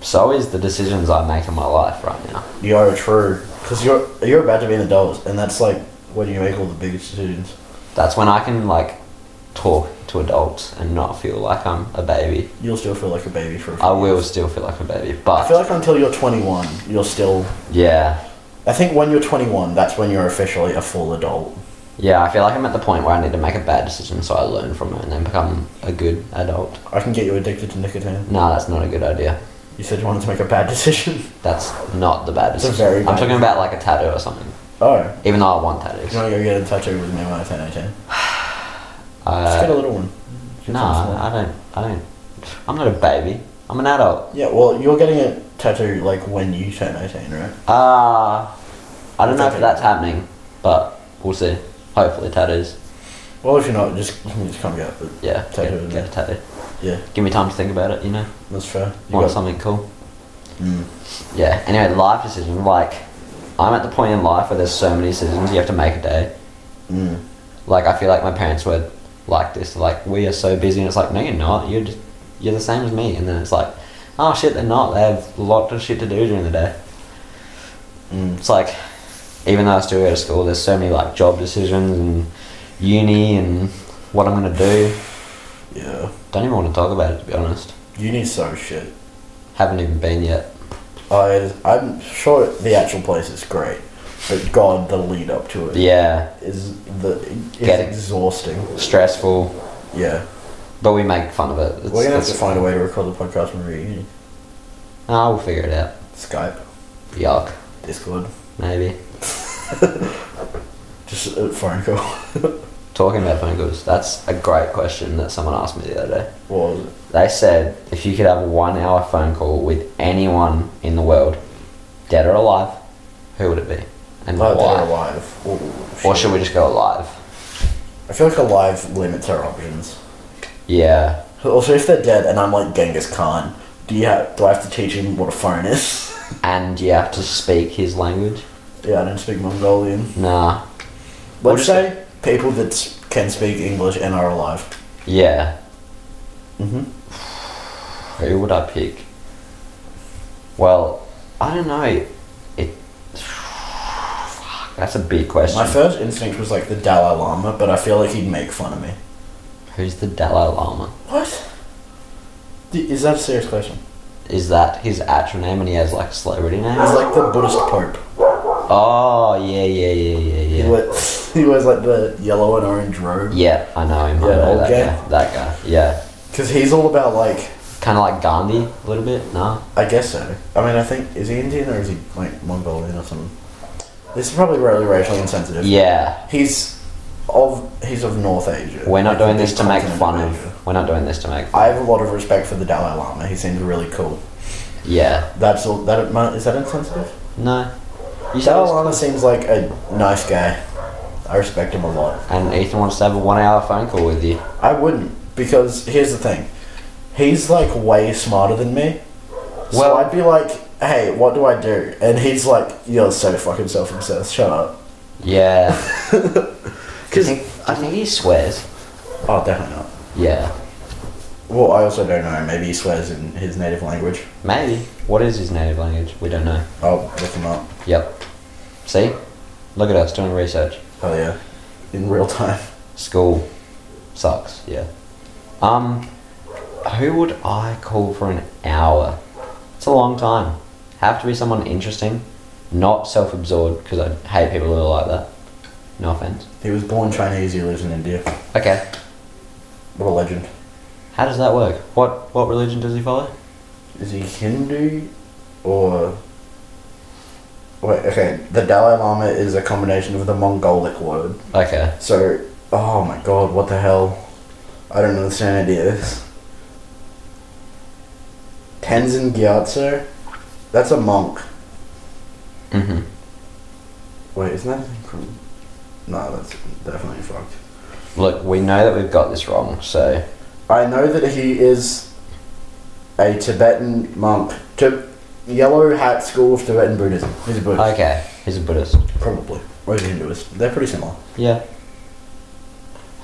A: So is the decisions I make in my life right now.
B: You are true, because you're you're about to be an adult, and that's like when you make all the biggest decisions.
A: That's when I can like talk to adults and not feel like I'm a baby.
B: You'll still feel like a baby for. A few
A: I will
B: years.
A: still feel like a baby,
B: I feel
A: but
B: like until you're 21, you're still.
A: yeah,
B: I think when you're 21, that's when you're officially a full adult.
A: yeah. I feel like I'm at the point where I need to make a bad decision, so I learn from it and then become a good adult.
B: I can get you addicted to nicotine.
A: No, that's not a good idea.
B: You said you wanted to make a bad decision. *laughs*
A: That's not the bad
B: It's a
A: decision.
B: very bad
A: I'm talking about like a tattoo or something.
B: Oh.
A: Even though I want
B: You
A: tattoos.
B: want to go get a tattoo with me when I turn 18? Just get a
A: Uh,
B: little one. Get
A: no,
B: some small.
A: I don't. I don't. I'm not a baby. I'm an adult.
B: Yeah, well, you're getting a tattoo like when you turn 18, right?
A: Uh, I don't know if
B: Okay.
A: that's happening, but we'll see. Hopefully, tattoos.
B: Well, if you're not, just, you can just come get it.
A: Yeah,
B: Tattoo,
A: get,
B: isn't
A: get a
B: it?
A: tattoo.
B: Yeah,
A: Give me time to think about it. You know,
B: that's fair. You
A: want
B: got-
A: something cool.
B: Mm.
A: Yeah. Anyway, life decisions. Like, I'm at the point in life where there's so many decisions you have to make a day.
B: Mm.
A: Like I feel like my parents were like this. Like we are so busy, and it's like no, you're not. You're just, you're the same as me. And then it's like, oh shit, they're not. They have a lot of shit to do during the day.
B: Mm.
A: It's like, even though I still go to school, there's so many like job decisions and uni and what I'm gonna do.
B: Yeah.
A: Don't even want to talk about it to be honest.
B: Uni's so shit.
A: Haven't even been yet.
B: I, I'm sure the actual place is great, but God, the lead up to it is
A: Yeah,
B: the it's
A: Get it.
B: exhausting.
A: stressful,
B: Yeah.
A: but we make fun of it. It's,
B: We're gonna have
A: it's
B: to find a way to record the podcast from reunion.
A: Ah, we'll figure it out.
B: Skype,
A: Yuck,
B: Discord,
A: maybe.
B: just a phone call. *laughs*
A: Talking about phone calls, that's a great question that someone asked me the other day.
B: What was it?
A: They said if you could have a one hour phone call with anyone in the world, dead or alive, who would it be? And
B: Oh,
A: why?
B: Dead or alive. Oh,
A: Or
B: shit.
A: should we just go alive?
B: I feel like alive limits our options.
A: Yeah.
B: Also, if they're dead and I'm like Genghis Khan, do you have, do I have to teach him what a phone is? *laughs*
A: And you have to speak his language?
B: yeah, I don't speak Mongolian.
A: Nah.
B: Let's
A: Or
B: say people that s- can speak English and are alive.
A: Yeah.
B: Mm-hmm.
A: Who would I pick? Well, I don't know. It. *sighs* Fuck, that's a big question.
B: My first instinct was like the Dalai Lama, but I feel like he'd make fun of me.
A: Who's the Dalai Lama?
B: What? D- Is that a serious question?
A: Is that his actual name and he has like a celebrity name?
B: He's like the Buddhist Pope.
A: Oh, yeah, yeah, yeah, yeah,
B: He,
A: yeah.
B: wears, *laughs* he wears like the yellow and orange robe.
A: Yeah, I know him. I
B: Yeah,
A: know
B: old
A: that
B: guy.
A: guy. That guy, yeah.
B: Because he's all about like,
A: Kind of like Gandhi, a little bit, no?
B: I guess so. I mean, I think, is he Indian or is he like Mongolian or something? This is probably really racially insensitive.
A: Yeah.
B: He's of he's of North Asia.
A: We're not
B: Like,
A: doing
B: the
A: this to make
B: continent
A: fun
B: Asia.
A: of. We're not doing this to make fun.
B: I have a lot of respect for the Dalai Lama. He seems really cool.
A: Yeah.
B: That's all. That is that insensitive?
A: No. You said it
B: Dalai
A: was-
B: Lama seems like a nice guy. I respect him a lot.
A: and Ethan wants to have a one hour phone call with you.
B: I wouldn't because here's the thing. He's like way smarter than me. So
A: Well-
B: I'd be like, "Hey, what do I do?" And he's like, "You're so fucking self-obsessed. Shut up." *laughs*
A: Yeah. Do you
B: 'Cause-
A: think, do you think he swears?
B: Oh, definitely not.
A: Yeah.
B: Well, I also don't know. Maybe he swears in his native language.
A: Maybe. What is his native language? We don't know.
B: I'll look him up.
A: Yep. See? Look at us doing research.
B: Oh yeah, in real time.
A: School sucks, yeah. Um who would I call for an hour? It's a long time. Have to be someone interesting, not self absorbed, because I hate people who are like that. No offense.
B: He was born Chinese. He lives in India.
A: Okay.
B: What a legend!
A: How does that work? What what religion does he follow?
B: Is he Hindu or? Wait, okay. The Dalai Lama is a combination of the Mongolic word.
A: Okay.
B: So, oh my god, what the hell? I don't understand any of this. Tenzin Gyatso, that's a monk.
A: Mm-hmm.
B: Wait, isn't that a thing from? No, that's definitely fucked.
A: Look, we know that we've got this wrong, so
B: I know that he is a Tibetan monk. Tib- Yellow Hat School of Tibetan Buddhism. He's a Buddhist.
A: okay, he's a Buddhist.
B: Probably. Or is he Hinduist? They're pretty similar.
A: Yeah.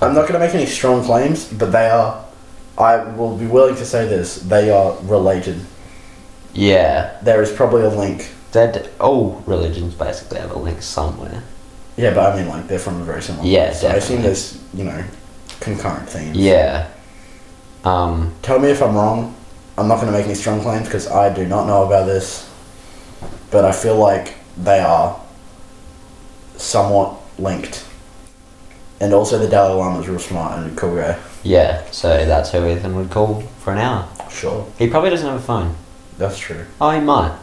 B: I'm not going to make any strong claims, but they are. I will be willing to say this. They are related.
A: Yeah.
B: There is probably a link.
A: They're d- all religions basically have a link somewhere.
B: Yeah, but I mean, like, they're from a very similar.
A: Yeah,
B: place, so I assume
A: definitely.
B: there's, you know, concurrent themes.
A: Yeah. Um,
B: Tell me if I'm wrong. I'm not going to make any strong claims because I do not know about this. But I feel like they are somewhat linked. And also, the Dalai Lama is real smart and a cool guy.
A: yeah, so that's who Ethan would call for an hour.
B: Sure.
A: He probably doesn't have a phone.
B: That's true.
A: Oh, he might.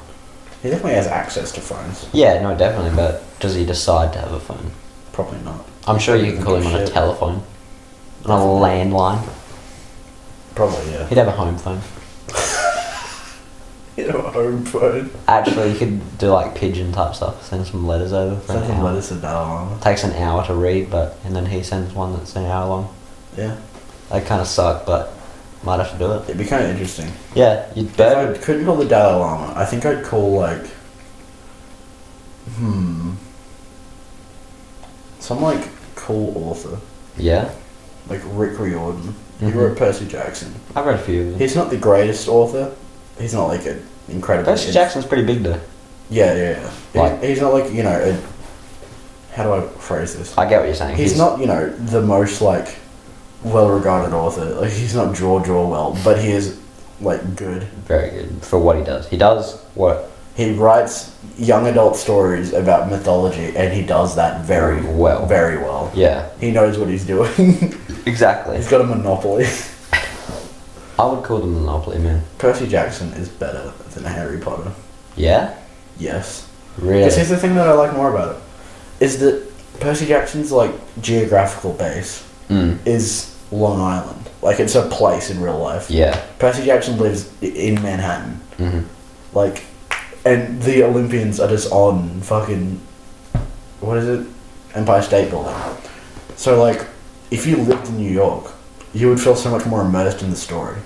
B: He definitely has access to phones.
A: Yeah, no, definitely, but does he decide to have a phone?
B: Probably not.
A: I'm sure you can call him on a
B: Shit.
A: telephone, on a landline. *laughs*
B: Probably, yeah.
A: He'd have a home phone.
B: You know, a home phone.
A: Actually, you could do like pigeon type stuff, send some letters over for
B: Send
A: an
B: some
A: hour.
B: letters to the Dalai Lama.
A: Takes an hour to read, but and then he sends one that's an hour long.
B: Yeah.
A: They kind of suck, but might have to do it.
B: It'd be kind of interesting.
A: Yeah, you'd
B: If
A: better
B: I couldn't call the Dalai Lama, I think I'd call like, hmm, some like cool author.
A: Yeah.
B: like Rick Riordan. He
A: Mm-hmm.
B: wrote Percy Jackson.
A: I've read a few of them.
B: He's not the greatest author. He's not like an incredible.
A: Percy Jackson's pretty big though.
B: Yeah, yeah. yeah.
A: Like-
B: He- he's not like you know. A, how do I phrase this?
A: I get what you're saying.
B: He's not you know the most like well-regarded author. Like he's not George Orwell, but he is like good.
A: very good for what he does. He does what
B: He writes young adult stories about mythology, and he does that very
A: Well.
B: Very well.
A: yeah,
B: He knows what he's doing. *laughs*
A: exactly.
B: he's got a monopoly.
A: I would call them the Monopoly man.
B: Percy Jackson is better than Harry Potter.
A: Yeah?
B: Yes. Because
A: Really?
B: here's the thing that I like more about it is that Percy Jackson's like geographical base
A: Mm.
B: is Long Island. Like it's a place in real life.
A: Yeah.
B: Percy Jackson lives i- in Manhattan.
A: hmm
B: Like, and the Olympians are just on fucking what is it? Empire State Building. So like, if you lived in New York, you would feel so much more immersed in the story.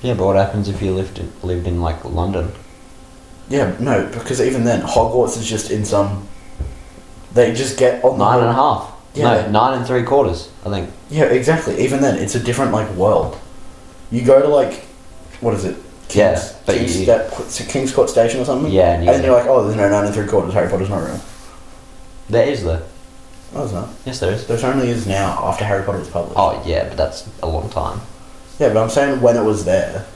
A: Yeah, but what happens if you lived in, lived in like London?
B: Yeah, no, because even then, Hogwarts is just in some. They just get on the
A: Nine and a
B: road.
A: half.
B: Yeah.
A: No, nine and three quarters, I think.
B: Yeah, exactly. Even then, it's a different like world. You go to like, what is it? King's,
A: Yeah, but
B: King's,
A: you-
B: Step- Qu- King's Court Station or something.
A: Yeah, and
B: and
A: you-
B: then you're like, oh, there's no nine and three quarters. Harry Potter's not real.
A: There is though.
B: No, there's not.
A: Yes, there is.
B: There only is now after Harry Potter was published.
A: Oh yeah, but that's a long time.
B: Yeah, but I'm saying when it was there.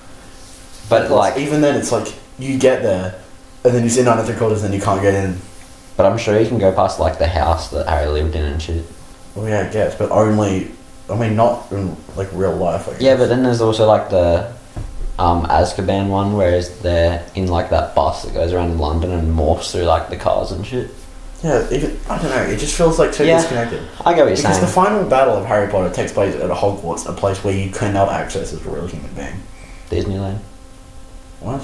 A: But like,
B: even then, it's like you get there, and then you see nine and three quarters, and you can't get in.
A: but I'm sure you can go past like the house that Harry lived in and shit.
B: Well, yeah, I guess, but only. I mean, not in like real life. I guess.
A: Yeah, but then there's also like the um, Azkaban one, whereas they're in like that bus that goes around London and morphs through like the cars and shit.
B: Yeah, even, I don't know. It just feels like so
A: Yeah.
B: disconnected.
A: I get what you're
B: Because the
A: saying.
B: final battle of Harry Potter takes place at Hogwarts, a place where you cannot access as a real human being.
A: Disneyland.
B: What?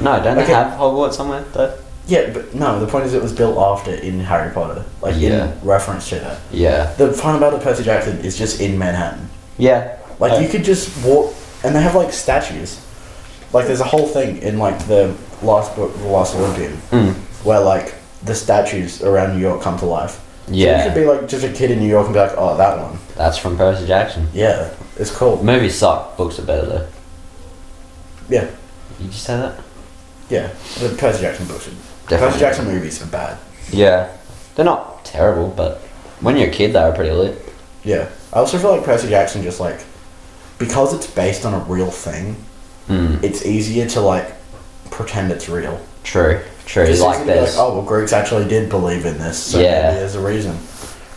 A: No, don't
B: Okay.
A: they have Hogwarts somewhere though?
B: yeah, but no. The point is, it was built after in Harry Potter, like
A: Yeah.
B: in reference to that.
A: Yeah.
B: The final battle of Percy Jackson is just in Manhattan.
A: Yeah.
B: Like
A: Uh,
B: you could just walk, and they have like statues. Like there's a whole thing in like the last book, the last Olympian,
A: Mm.
B: where like the statues around New York come to life.
A: Yeah.
B: so you could be like just a kid in New York and be like, oh, that one.
A: That's from Percy Jackson.
B: Yeah, it's cool.
A: Movies suck. Books are better though.
B: Yeah.
A: Did you say that?
B: Yeah, the Percy Jackson books. are-
A: Definitely.
B: Percy Jackson movies are bad.
A: Yeah. They're not terrible, but when you're a kid, they were pretty lit.
B: Yeah, I also feel like Percy Jackson just like because it's based on a real thing,
A: Mm.
B: it's easier to like pretend it's real.
A: True. True.
B: It's easy
A: Like
B: to be
A: there's.
B: like, oh well, Greeks actually did believe in this, so
A: Yeah.
B: maybe there's a reason.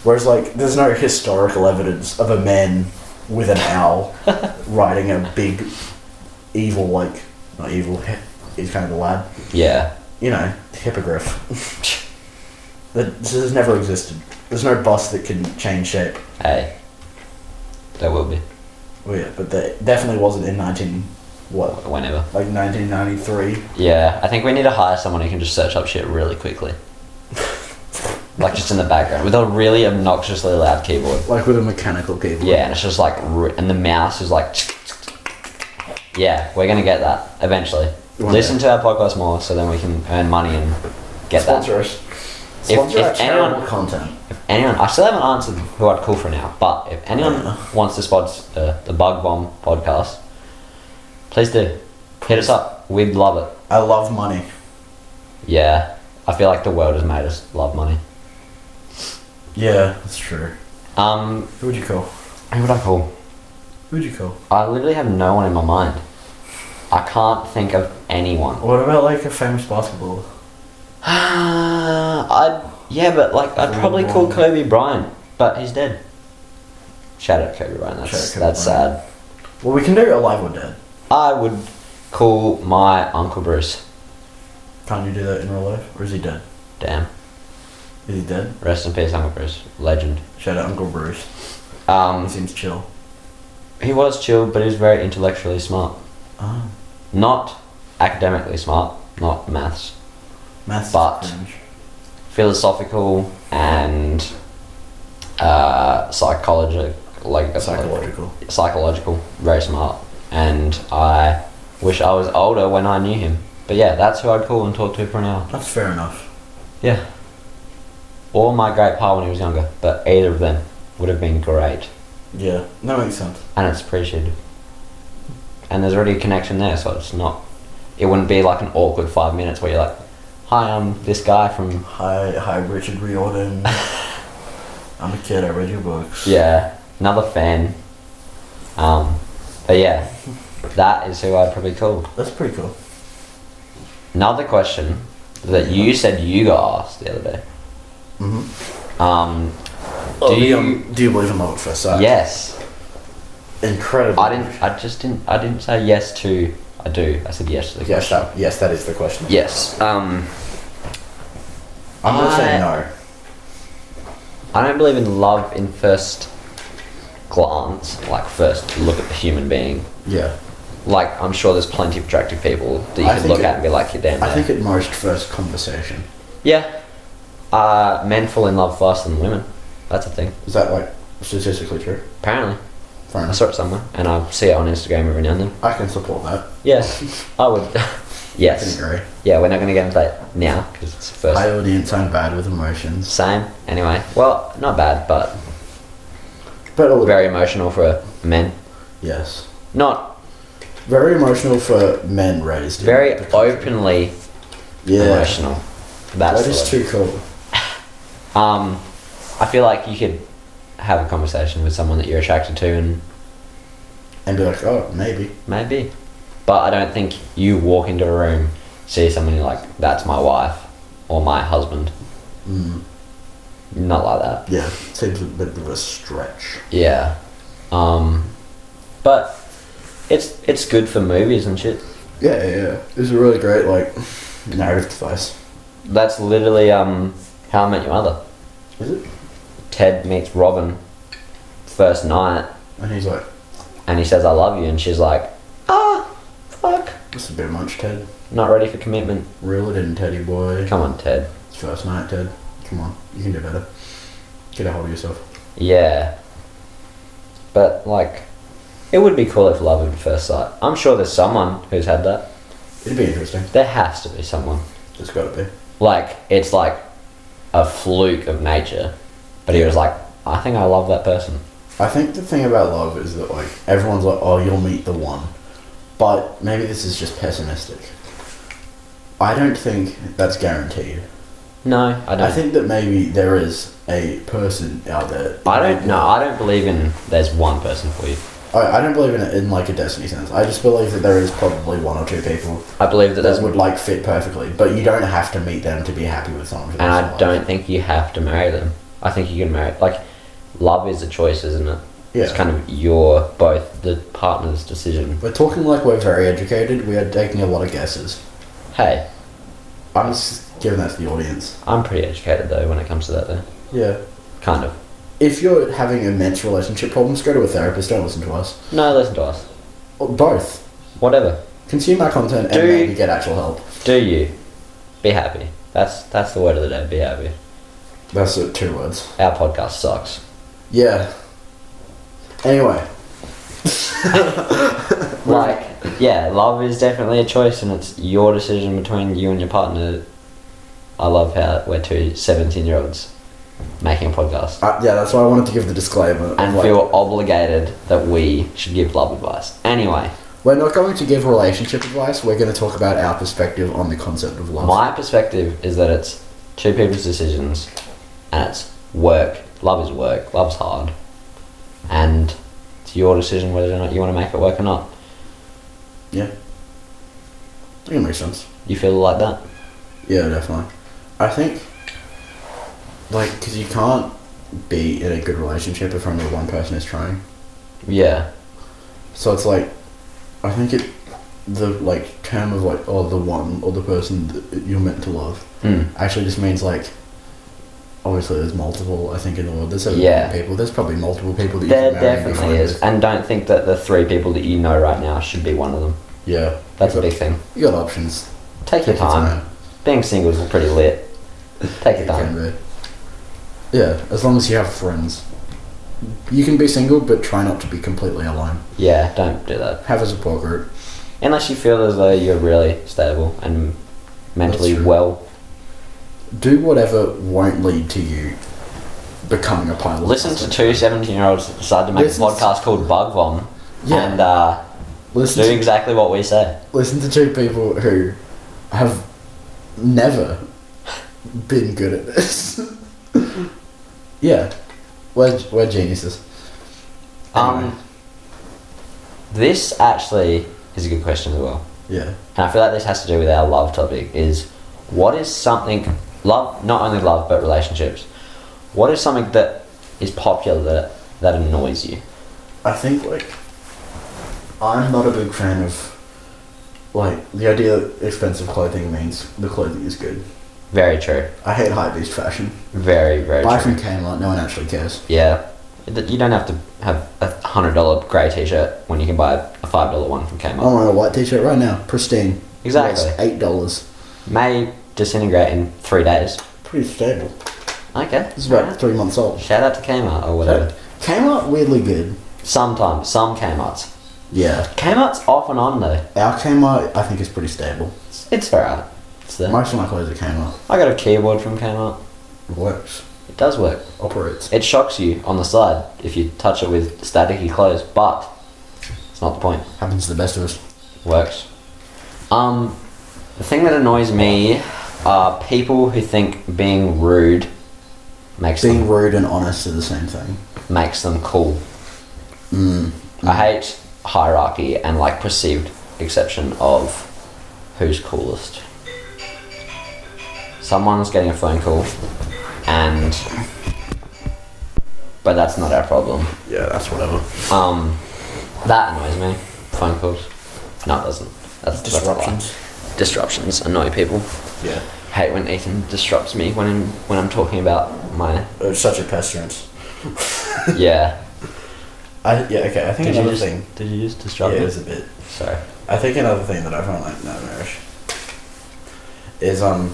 B: Whereas like, there's no historical evidence of a man with an
A: *laughs*
B: owl riding a big evil like not evil. hi- He's kind of a lad,
A: Yeah.
B: you know, hippogriff. *laughs* That this has never existed. There's no bus that can change shape.
A: Hey. There will be.
B: Oh yeah, but that definitely wasn't in nineteen what
A: Whenever.
B: like nineteen ninety three.
A: Yeah, I think we need to hire someone who can just search up shit really quickly. like just in the background with a really obnoxiously loud keyboard.
B: Like with a mechanical keyboard.
A: Yeah, and it's just like, ru- and the mouse is like. Yeah, we're gonna get that eventually.
B: One
A: Listen to our podcast more, so then we can earn money and get that.
B: Sponsor us. Sponsor
A: if
B: our terrible
A: anyone-
B: content.
A: Anyone, I still haven't answered who I'd call for now, but if anyone
B: Yeah.
A: wants to sponsor uh, the Bug Bomb podcast, please do. Hit us up. We'd love it.
B: I love money.
A: Yeah, I feel like the world has made us love money.
B: Yeah, that's true.
A: Um,
B: Who would you call?
A: who would I call?
B: Who would you call?
A: I literally have no one in my mind. I can't think of anyone. *sighs*
B: What about like a famous basketball?
A: I yeah, but like I'd probably call Kobe Bryant, but he's dead. Shout out Kobe Bryant. That's
B: Shout out Kobe
A: that's
B: Bryant.
A: sad.
B: Well, we can do alive or dead.
A: I would call my uncle Bruce.
B: Can't you do that in real life? Or is he dead?
A: Damn.
B: Is he dead?
A: Rest in peace, Uncle Bruce. Legend.
B: Shout out Uncle Bruce. He
A: Um,
B: seems chill.
A: he was chill, but he was very intellectually smart.
B: Oh,
A: Not academically smart. Not maths.
B: maths. is
A: But-
B: cringe.
A: philosophical and uh, psychological, like uh,
B: psychological.
A: psychological, very smart. And I wish I was older when I knew him. But yeah, that's who I'd call and talk to for an hour.
B: That's fair enough.
A: Yeah. Or my great pa when he was younger, but either of them would have been great.
B: Yeah, that makes sense.
A: and it's appreciated. And there's already a connection there, so it's not. It wouldn't be like an awkward five minutes where you're like, "Hi, I'm this guy from
B: Hi, hi, Richard *laughs* Riordan. I'm a kid. I read your books.
A: yeah, another fan." Um, but yeah, that is who I'd probably call.
B: that's pretty cool.
A: Another question that you said you got asked the other day.
B: hmm
A: Um,
B: Oh,
A: do
B: the,
A: you?
B: um, do you believe in love at first sight?
A: yes,
B: incredible.
A: I didn't. I just didn't. I didn't say yes to. I do. I said yes to the
B: Yes,
A: question.
B: that, yes, that is the question.
A: Yes. Um.
B: I'm gonna
A: I-
B: say no.
A: I don't believe in love in first glance, like first look at the human being.
B: Yeah,
A: Like I'm sure there's plenty of attractive people that you
B: I
A: could
B: think
A: look
B: it-
A: at and be like, you're damn.
B: I
A: there."
B: think at most first conversation.
A: yeah. Uh, men fall in love faster than women. That's a thing.
B: Is that like statistically true?
A: Apparently,
B: Fair
A: I
B: enough.
A: saw it somewhere, and I see it on Instagram every now and then.
B: I can support that. *laughs*
A: Yes, I would. *laughs*
B: I can
A: yes.
B: agree.
A: Yeah, we're not gonna get into that now because it's first.
B: High audience, I'm bad with emotions.
A: Same. Anyway, well, not bad, but
B: But a little,
A: very emotional for men.
B: yes,
A: Not
B: very emotional for men raised. in
A: very
B: the country.
A: openly
B: Yeah,
A: emotional. That's
B: that
A: the
B: is
A: word.
B: too cool.
A: Um, I feel like you could have a conversation with someone that you're attracted to, and
B: And be like, oh, maybe.
A: maybe. But I don't think you walk into a room, see someone, you're like, "That's my wife," or "My husband."
B: Mm,
A: Not like that.
B: yeah, seems a bit of a stretch.
A: Yeah. Um, but it's it's good for movies and shit.
B: Yeah, yeah, yeah. It's a really great like narrative device.
A: That's literally um, How I Met Your Mother.
B: Is it?
A: Ted meets Robin first night,
B: And he's like,
A: and he says, "I love you," and she's like, "Ah, fuck,
B: this is a bit much, Ted.
A: not ready for commitment."
B: Reel it in, Teddy boy.
A: Come on, Ted.
B: It's first night, Ted. Come on, you can do better. Get a hold of yourself.
A: Yeah. But like it would be cool if love at first sight. I'm sure there's someone who's had that.
B: It'd be interesting.
A: There has to be someone.
B: It's got to be.
A: Like it's like a fluke of nature. But he was like, I think I love that person.
B: I think the thing about love is that like everyone's like, oh, you'll meet the one, but maybe this is just pessimistic. I don't think that's guaranteed.
A: No, I don't.
B: I think that maybe there is a person out there.
A: I don't know. I don't believe in there's one person for you.
B: I, I don't believe in it in like a destiny sense. I just believe that there is probably one or two people
A: I believe that there's
B: that would like fit perfectly, but you don't have to meet them to be happy with someone. For the
A: and
B: rest of
A: I
B: your
A: don't
B: life.
A: think you have to marry them. I think you can marry like love is a choice, isn't it? It's
B: Yeah.
A: kind of your both the partner's decision.
B: We're talking like we're very educated. We are taking a lot of guesses.
A: Hey,
B: I'm just giving that to the audience.
A: I'm pretty educated though when it comes to that though.
B: Yeah.
A: Kind of.
B: If you're having immense relationship problems, go to a therapist. Don't listen to us.
A: No, listen to us.
B: Or both.
A: Whatever.
B: Consume our content
A: Do-
B: and maybe get actual help.
A: Do you. Be happy. That's that's the word of the day, be happy.
B: That's uh, two words.
A: Our podcast sucks.
B: Yeah. Anyway,
A: Like, yeah, love is definitely a choice and it's your decision between you and your partner. I love how we're two 17 year olds making a podcast.
B: uh, yeah, that's why I wanted to give the disclaimer. of,
A: And
B: like,
A: feel obligated that we should give love advice. Anyway,
B: We're not going to give relationship advice. We're going to talk about our perspective on the concept of love.
A: my perspective is that it's two people's decisions and it's work. Love is work. Love's hard. And it's your decision whether or not you want to make it work or not.
B: Yeah. I think it makes sense.
A: You feel like that?
B: Yeah, definitely. I think, like, because you can't be in a good relationship if only one person is trying.
A: Yeah.
B: So it's like, I think it, the like term of like, oh, the one or the person that you're meant to love,
A: Mm.
B: actually just means like, obviously there's multiple. I think in the world there's so many
A: Yeah.
B: people. There's probably multiple people that you
A: There
B: can marry and be
A: definitely
B: friends
A: is.
B: with.
A: And don't think that the three people that you know right now should be one of them.
B: Yeah,
A: That's a
B: you got,
A: big thing.
B: You got options.
A: Take your time. Being single is pretty lit. Take
B: It
A: your
B: can
A: time.
B: be. Yeah, as long as you have friends. You can be single, but try not to be completely alone.
A: Yeah, don't do that.
B: Have a support group.
A: Unless you feel as though you're really stable and mentally
B: true.
A: well.
B: Do whatever won't lead to you becoming a pilot.
A: Listen to two 17 year olds decide to make
B: Listen
A: a
B: to-
A: podcast called Bug Bomb
B: Yeah.
A: and uh, do
B: listen to
A: exactly what we say.
B: listen to two people who have never been good at this. *laughs* yeah, we're, we're geniuses. Anyway,
A: Um, this actually is a good question as well.
B: yeah,
A: And I feel like this has to do with our love topic is what is something, love, not only love but relationships, what is something that is popular that, that annoys you?
B: I think like I'm not a big fan of like the idea that expensive clothing means the clothing is good.
A: Very true.
B: I hate high beast fashion.
A: Very, very
B: Buy
A: true.
B: from Kmart. No one actually cares.
A: Yeah. Th- You don't have to have a $100 grey t shirt when you can buy a $5 one from Kmart.
B: I'm wearing a white t-shirt right now, pristine.
A: Exactly.
B: It's Eight dollars.
A: May disintegrate in three days.
B: Pretty stable.
A: Okay.
B: It's about three months old.
A: Shout out to Kmart or whatever.
B: Kmart weirdly good.
A: Sometimes, some Kmart's.
B: Yeah.
A: Kmart's off and on though.
B: Our Kmart, I think, is pretty stable.
A: It's, it's alright. It's there.
B: Most of my clothes are Kmart.
A: I got a keyboard from Kmart.
B: Works.
A: It does work.
B: Operates.
A: It shocks you on the side if you touch it with staticky clothes, but it's not the point.
B: Happens to the best of us.
A: Works. Um, the thing that annoys me are people who think being rude makes
B: Being
A: them
B: rude and honest are the same thing.
A: makes them cool.
B: Mm.
A: I hate hierarchy and like perceived exception of who's coolest. Someone's getting a phone call, and but that's not our problem.
B: Yeah, that's whatever.
A: Um, that annoys me. Phone calls. No, it doesn't. That's that's a lie.
B: Disruptions.
A: Disruptions annoy people.
B: Yeah.
A: Hate when Ethan disrupts me when I'm when I'm talking about my
B: It's such a pestilence.
A: yeah.
B: I, yeah, okay, I think *laughs* another thing.
A: Did you just disrupt
B: Yeah,
A: me?
B: it is a bit.
A: Sorry.
B: I think another thing that I find like nightmarish is um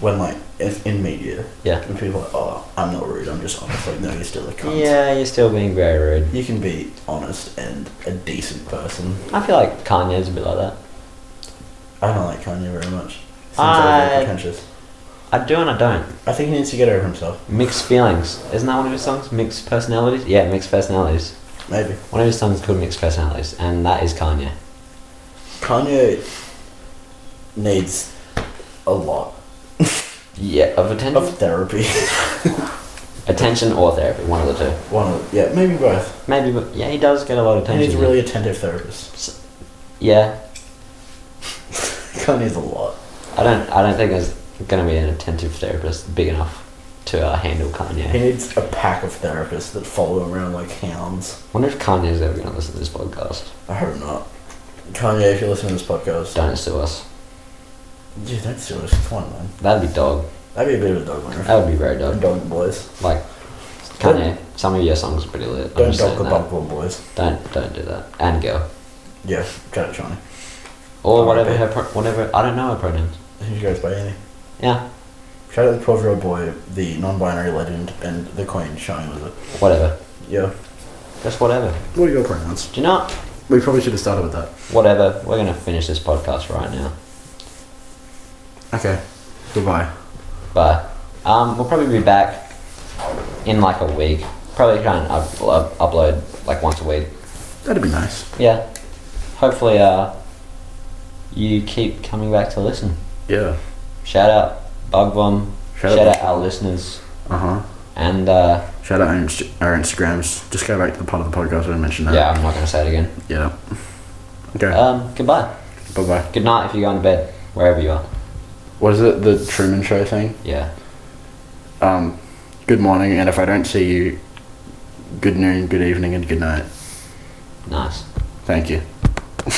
B: when like if in media
A: Yeah.
B: when people are like oh I'm not rude I'm just honest like no you're still a cunt
A: Yeah, you're still being very rude.
B: you can be honest and a decent person
A: I feel like Kanye's a bit like that.
B: I don't like Kanye very much seems a
A: I-
B: little pretentious
A: I do and I don't.
B: I think he needs to get over himself
A: Mixed feelings. Isn't that one of his songs? Mixed personalities. Yeah, mixed personalities.
B: maybe
A: One of his songs is called Mixed Personalities, and that is Kanye.
B: Kanye needs a lot
A: Yeah, of attention,
B: of therapy *laughs*
A: attention or therapy, one of the two.
B: one of yeah maybe both
A: Maybe, but yeah, he does get a lot of
B: he
A: attention.
B: needs a really attentive *laughs* therapist
A: Yeah,
B: Kanye's a lot
A: I don't. I don't think there's going to be an attentive therapist big enough to uh, handle Kanye.
B: He needs a pack of therapists that follow him around like hounds.
A: wonder if Kanye's ever going to listen to this podcast.
B: I hope not. Kanye, if you listen to this podcast,
A: Don't sue us.
B: yeah, don't steal us. Come on, man.
A: That'd be dog.
B: That'd be a bit of a dog winner.
A: That would be very
B: Don't
A: dog.
B: dog the boys.
A: Like Kanye, some of your songs are pretty lit. I'm
B: Don't
A: just
B: dog
A: saying
B: the
A: that.
B: bump one boys.
A: Don't don't do that. And girl.
B: Yeah, shout out Johnny.
A: Or
B: Oh,
A: whatever
B: okay.
A: her pro- whatever I don't know her pronouns.
B: He goes by any.
A: Yeah,
B: Shout out the 12 year old boy, the non binary legend, and the queen, Shine with it.
A: whatever.
B: Yeah.
A: Just whatever.
B: What are your pronouns?
A: Do you not?
B: We probably should have started with that.
A: Whatever. We're gonna finish this podcast right now.
B: Okay. Goodbye.
A: But um, we'll probably be back in like a week. Probably try and up- up- upload like once a week.
B: That'd be nice.
A: Yeah. Hopefully, uh, you keep coming back to listen.
B: Yeah.
A: Shout out Bug Bomb.
B: Shout
A: Shout,
B: out
A: out
B: Bug
A: our listeners.
B: Uh huh.
A: And uh,
B: Shout out our, Inst- our Instagrams. Just go back to the part of the podcast I mentioned
A: yeah, I'm not gonna say it again.
B: Yeah. Okay.
A: Um, goodbye.
B: bye bye.
A: Good night if you're going to bed wherever you are.
B: What is it? The Truman Show thing.
A: Yeah.
B: Um, good morning, and if I don't see you, good noon, good evening, and good night.
A: Nice.
B: Thank you.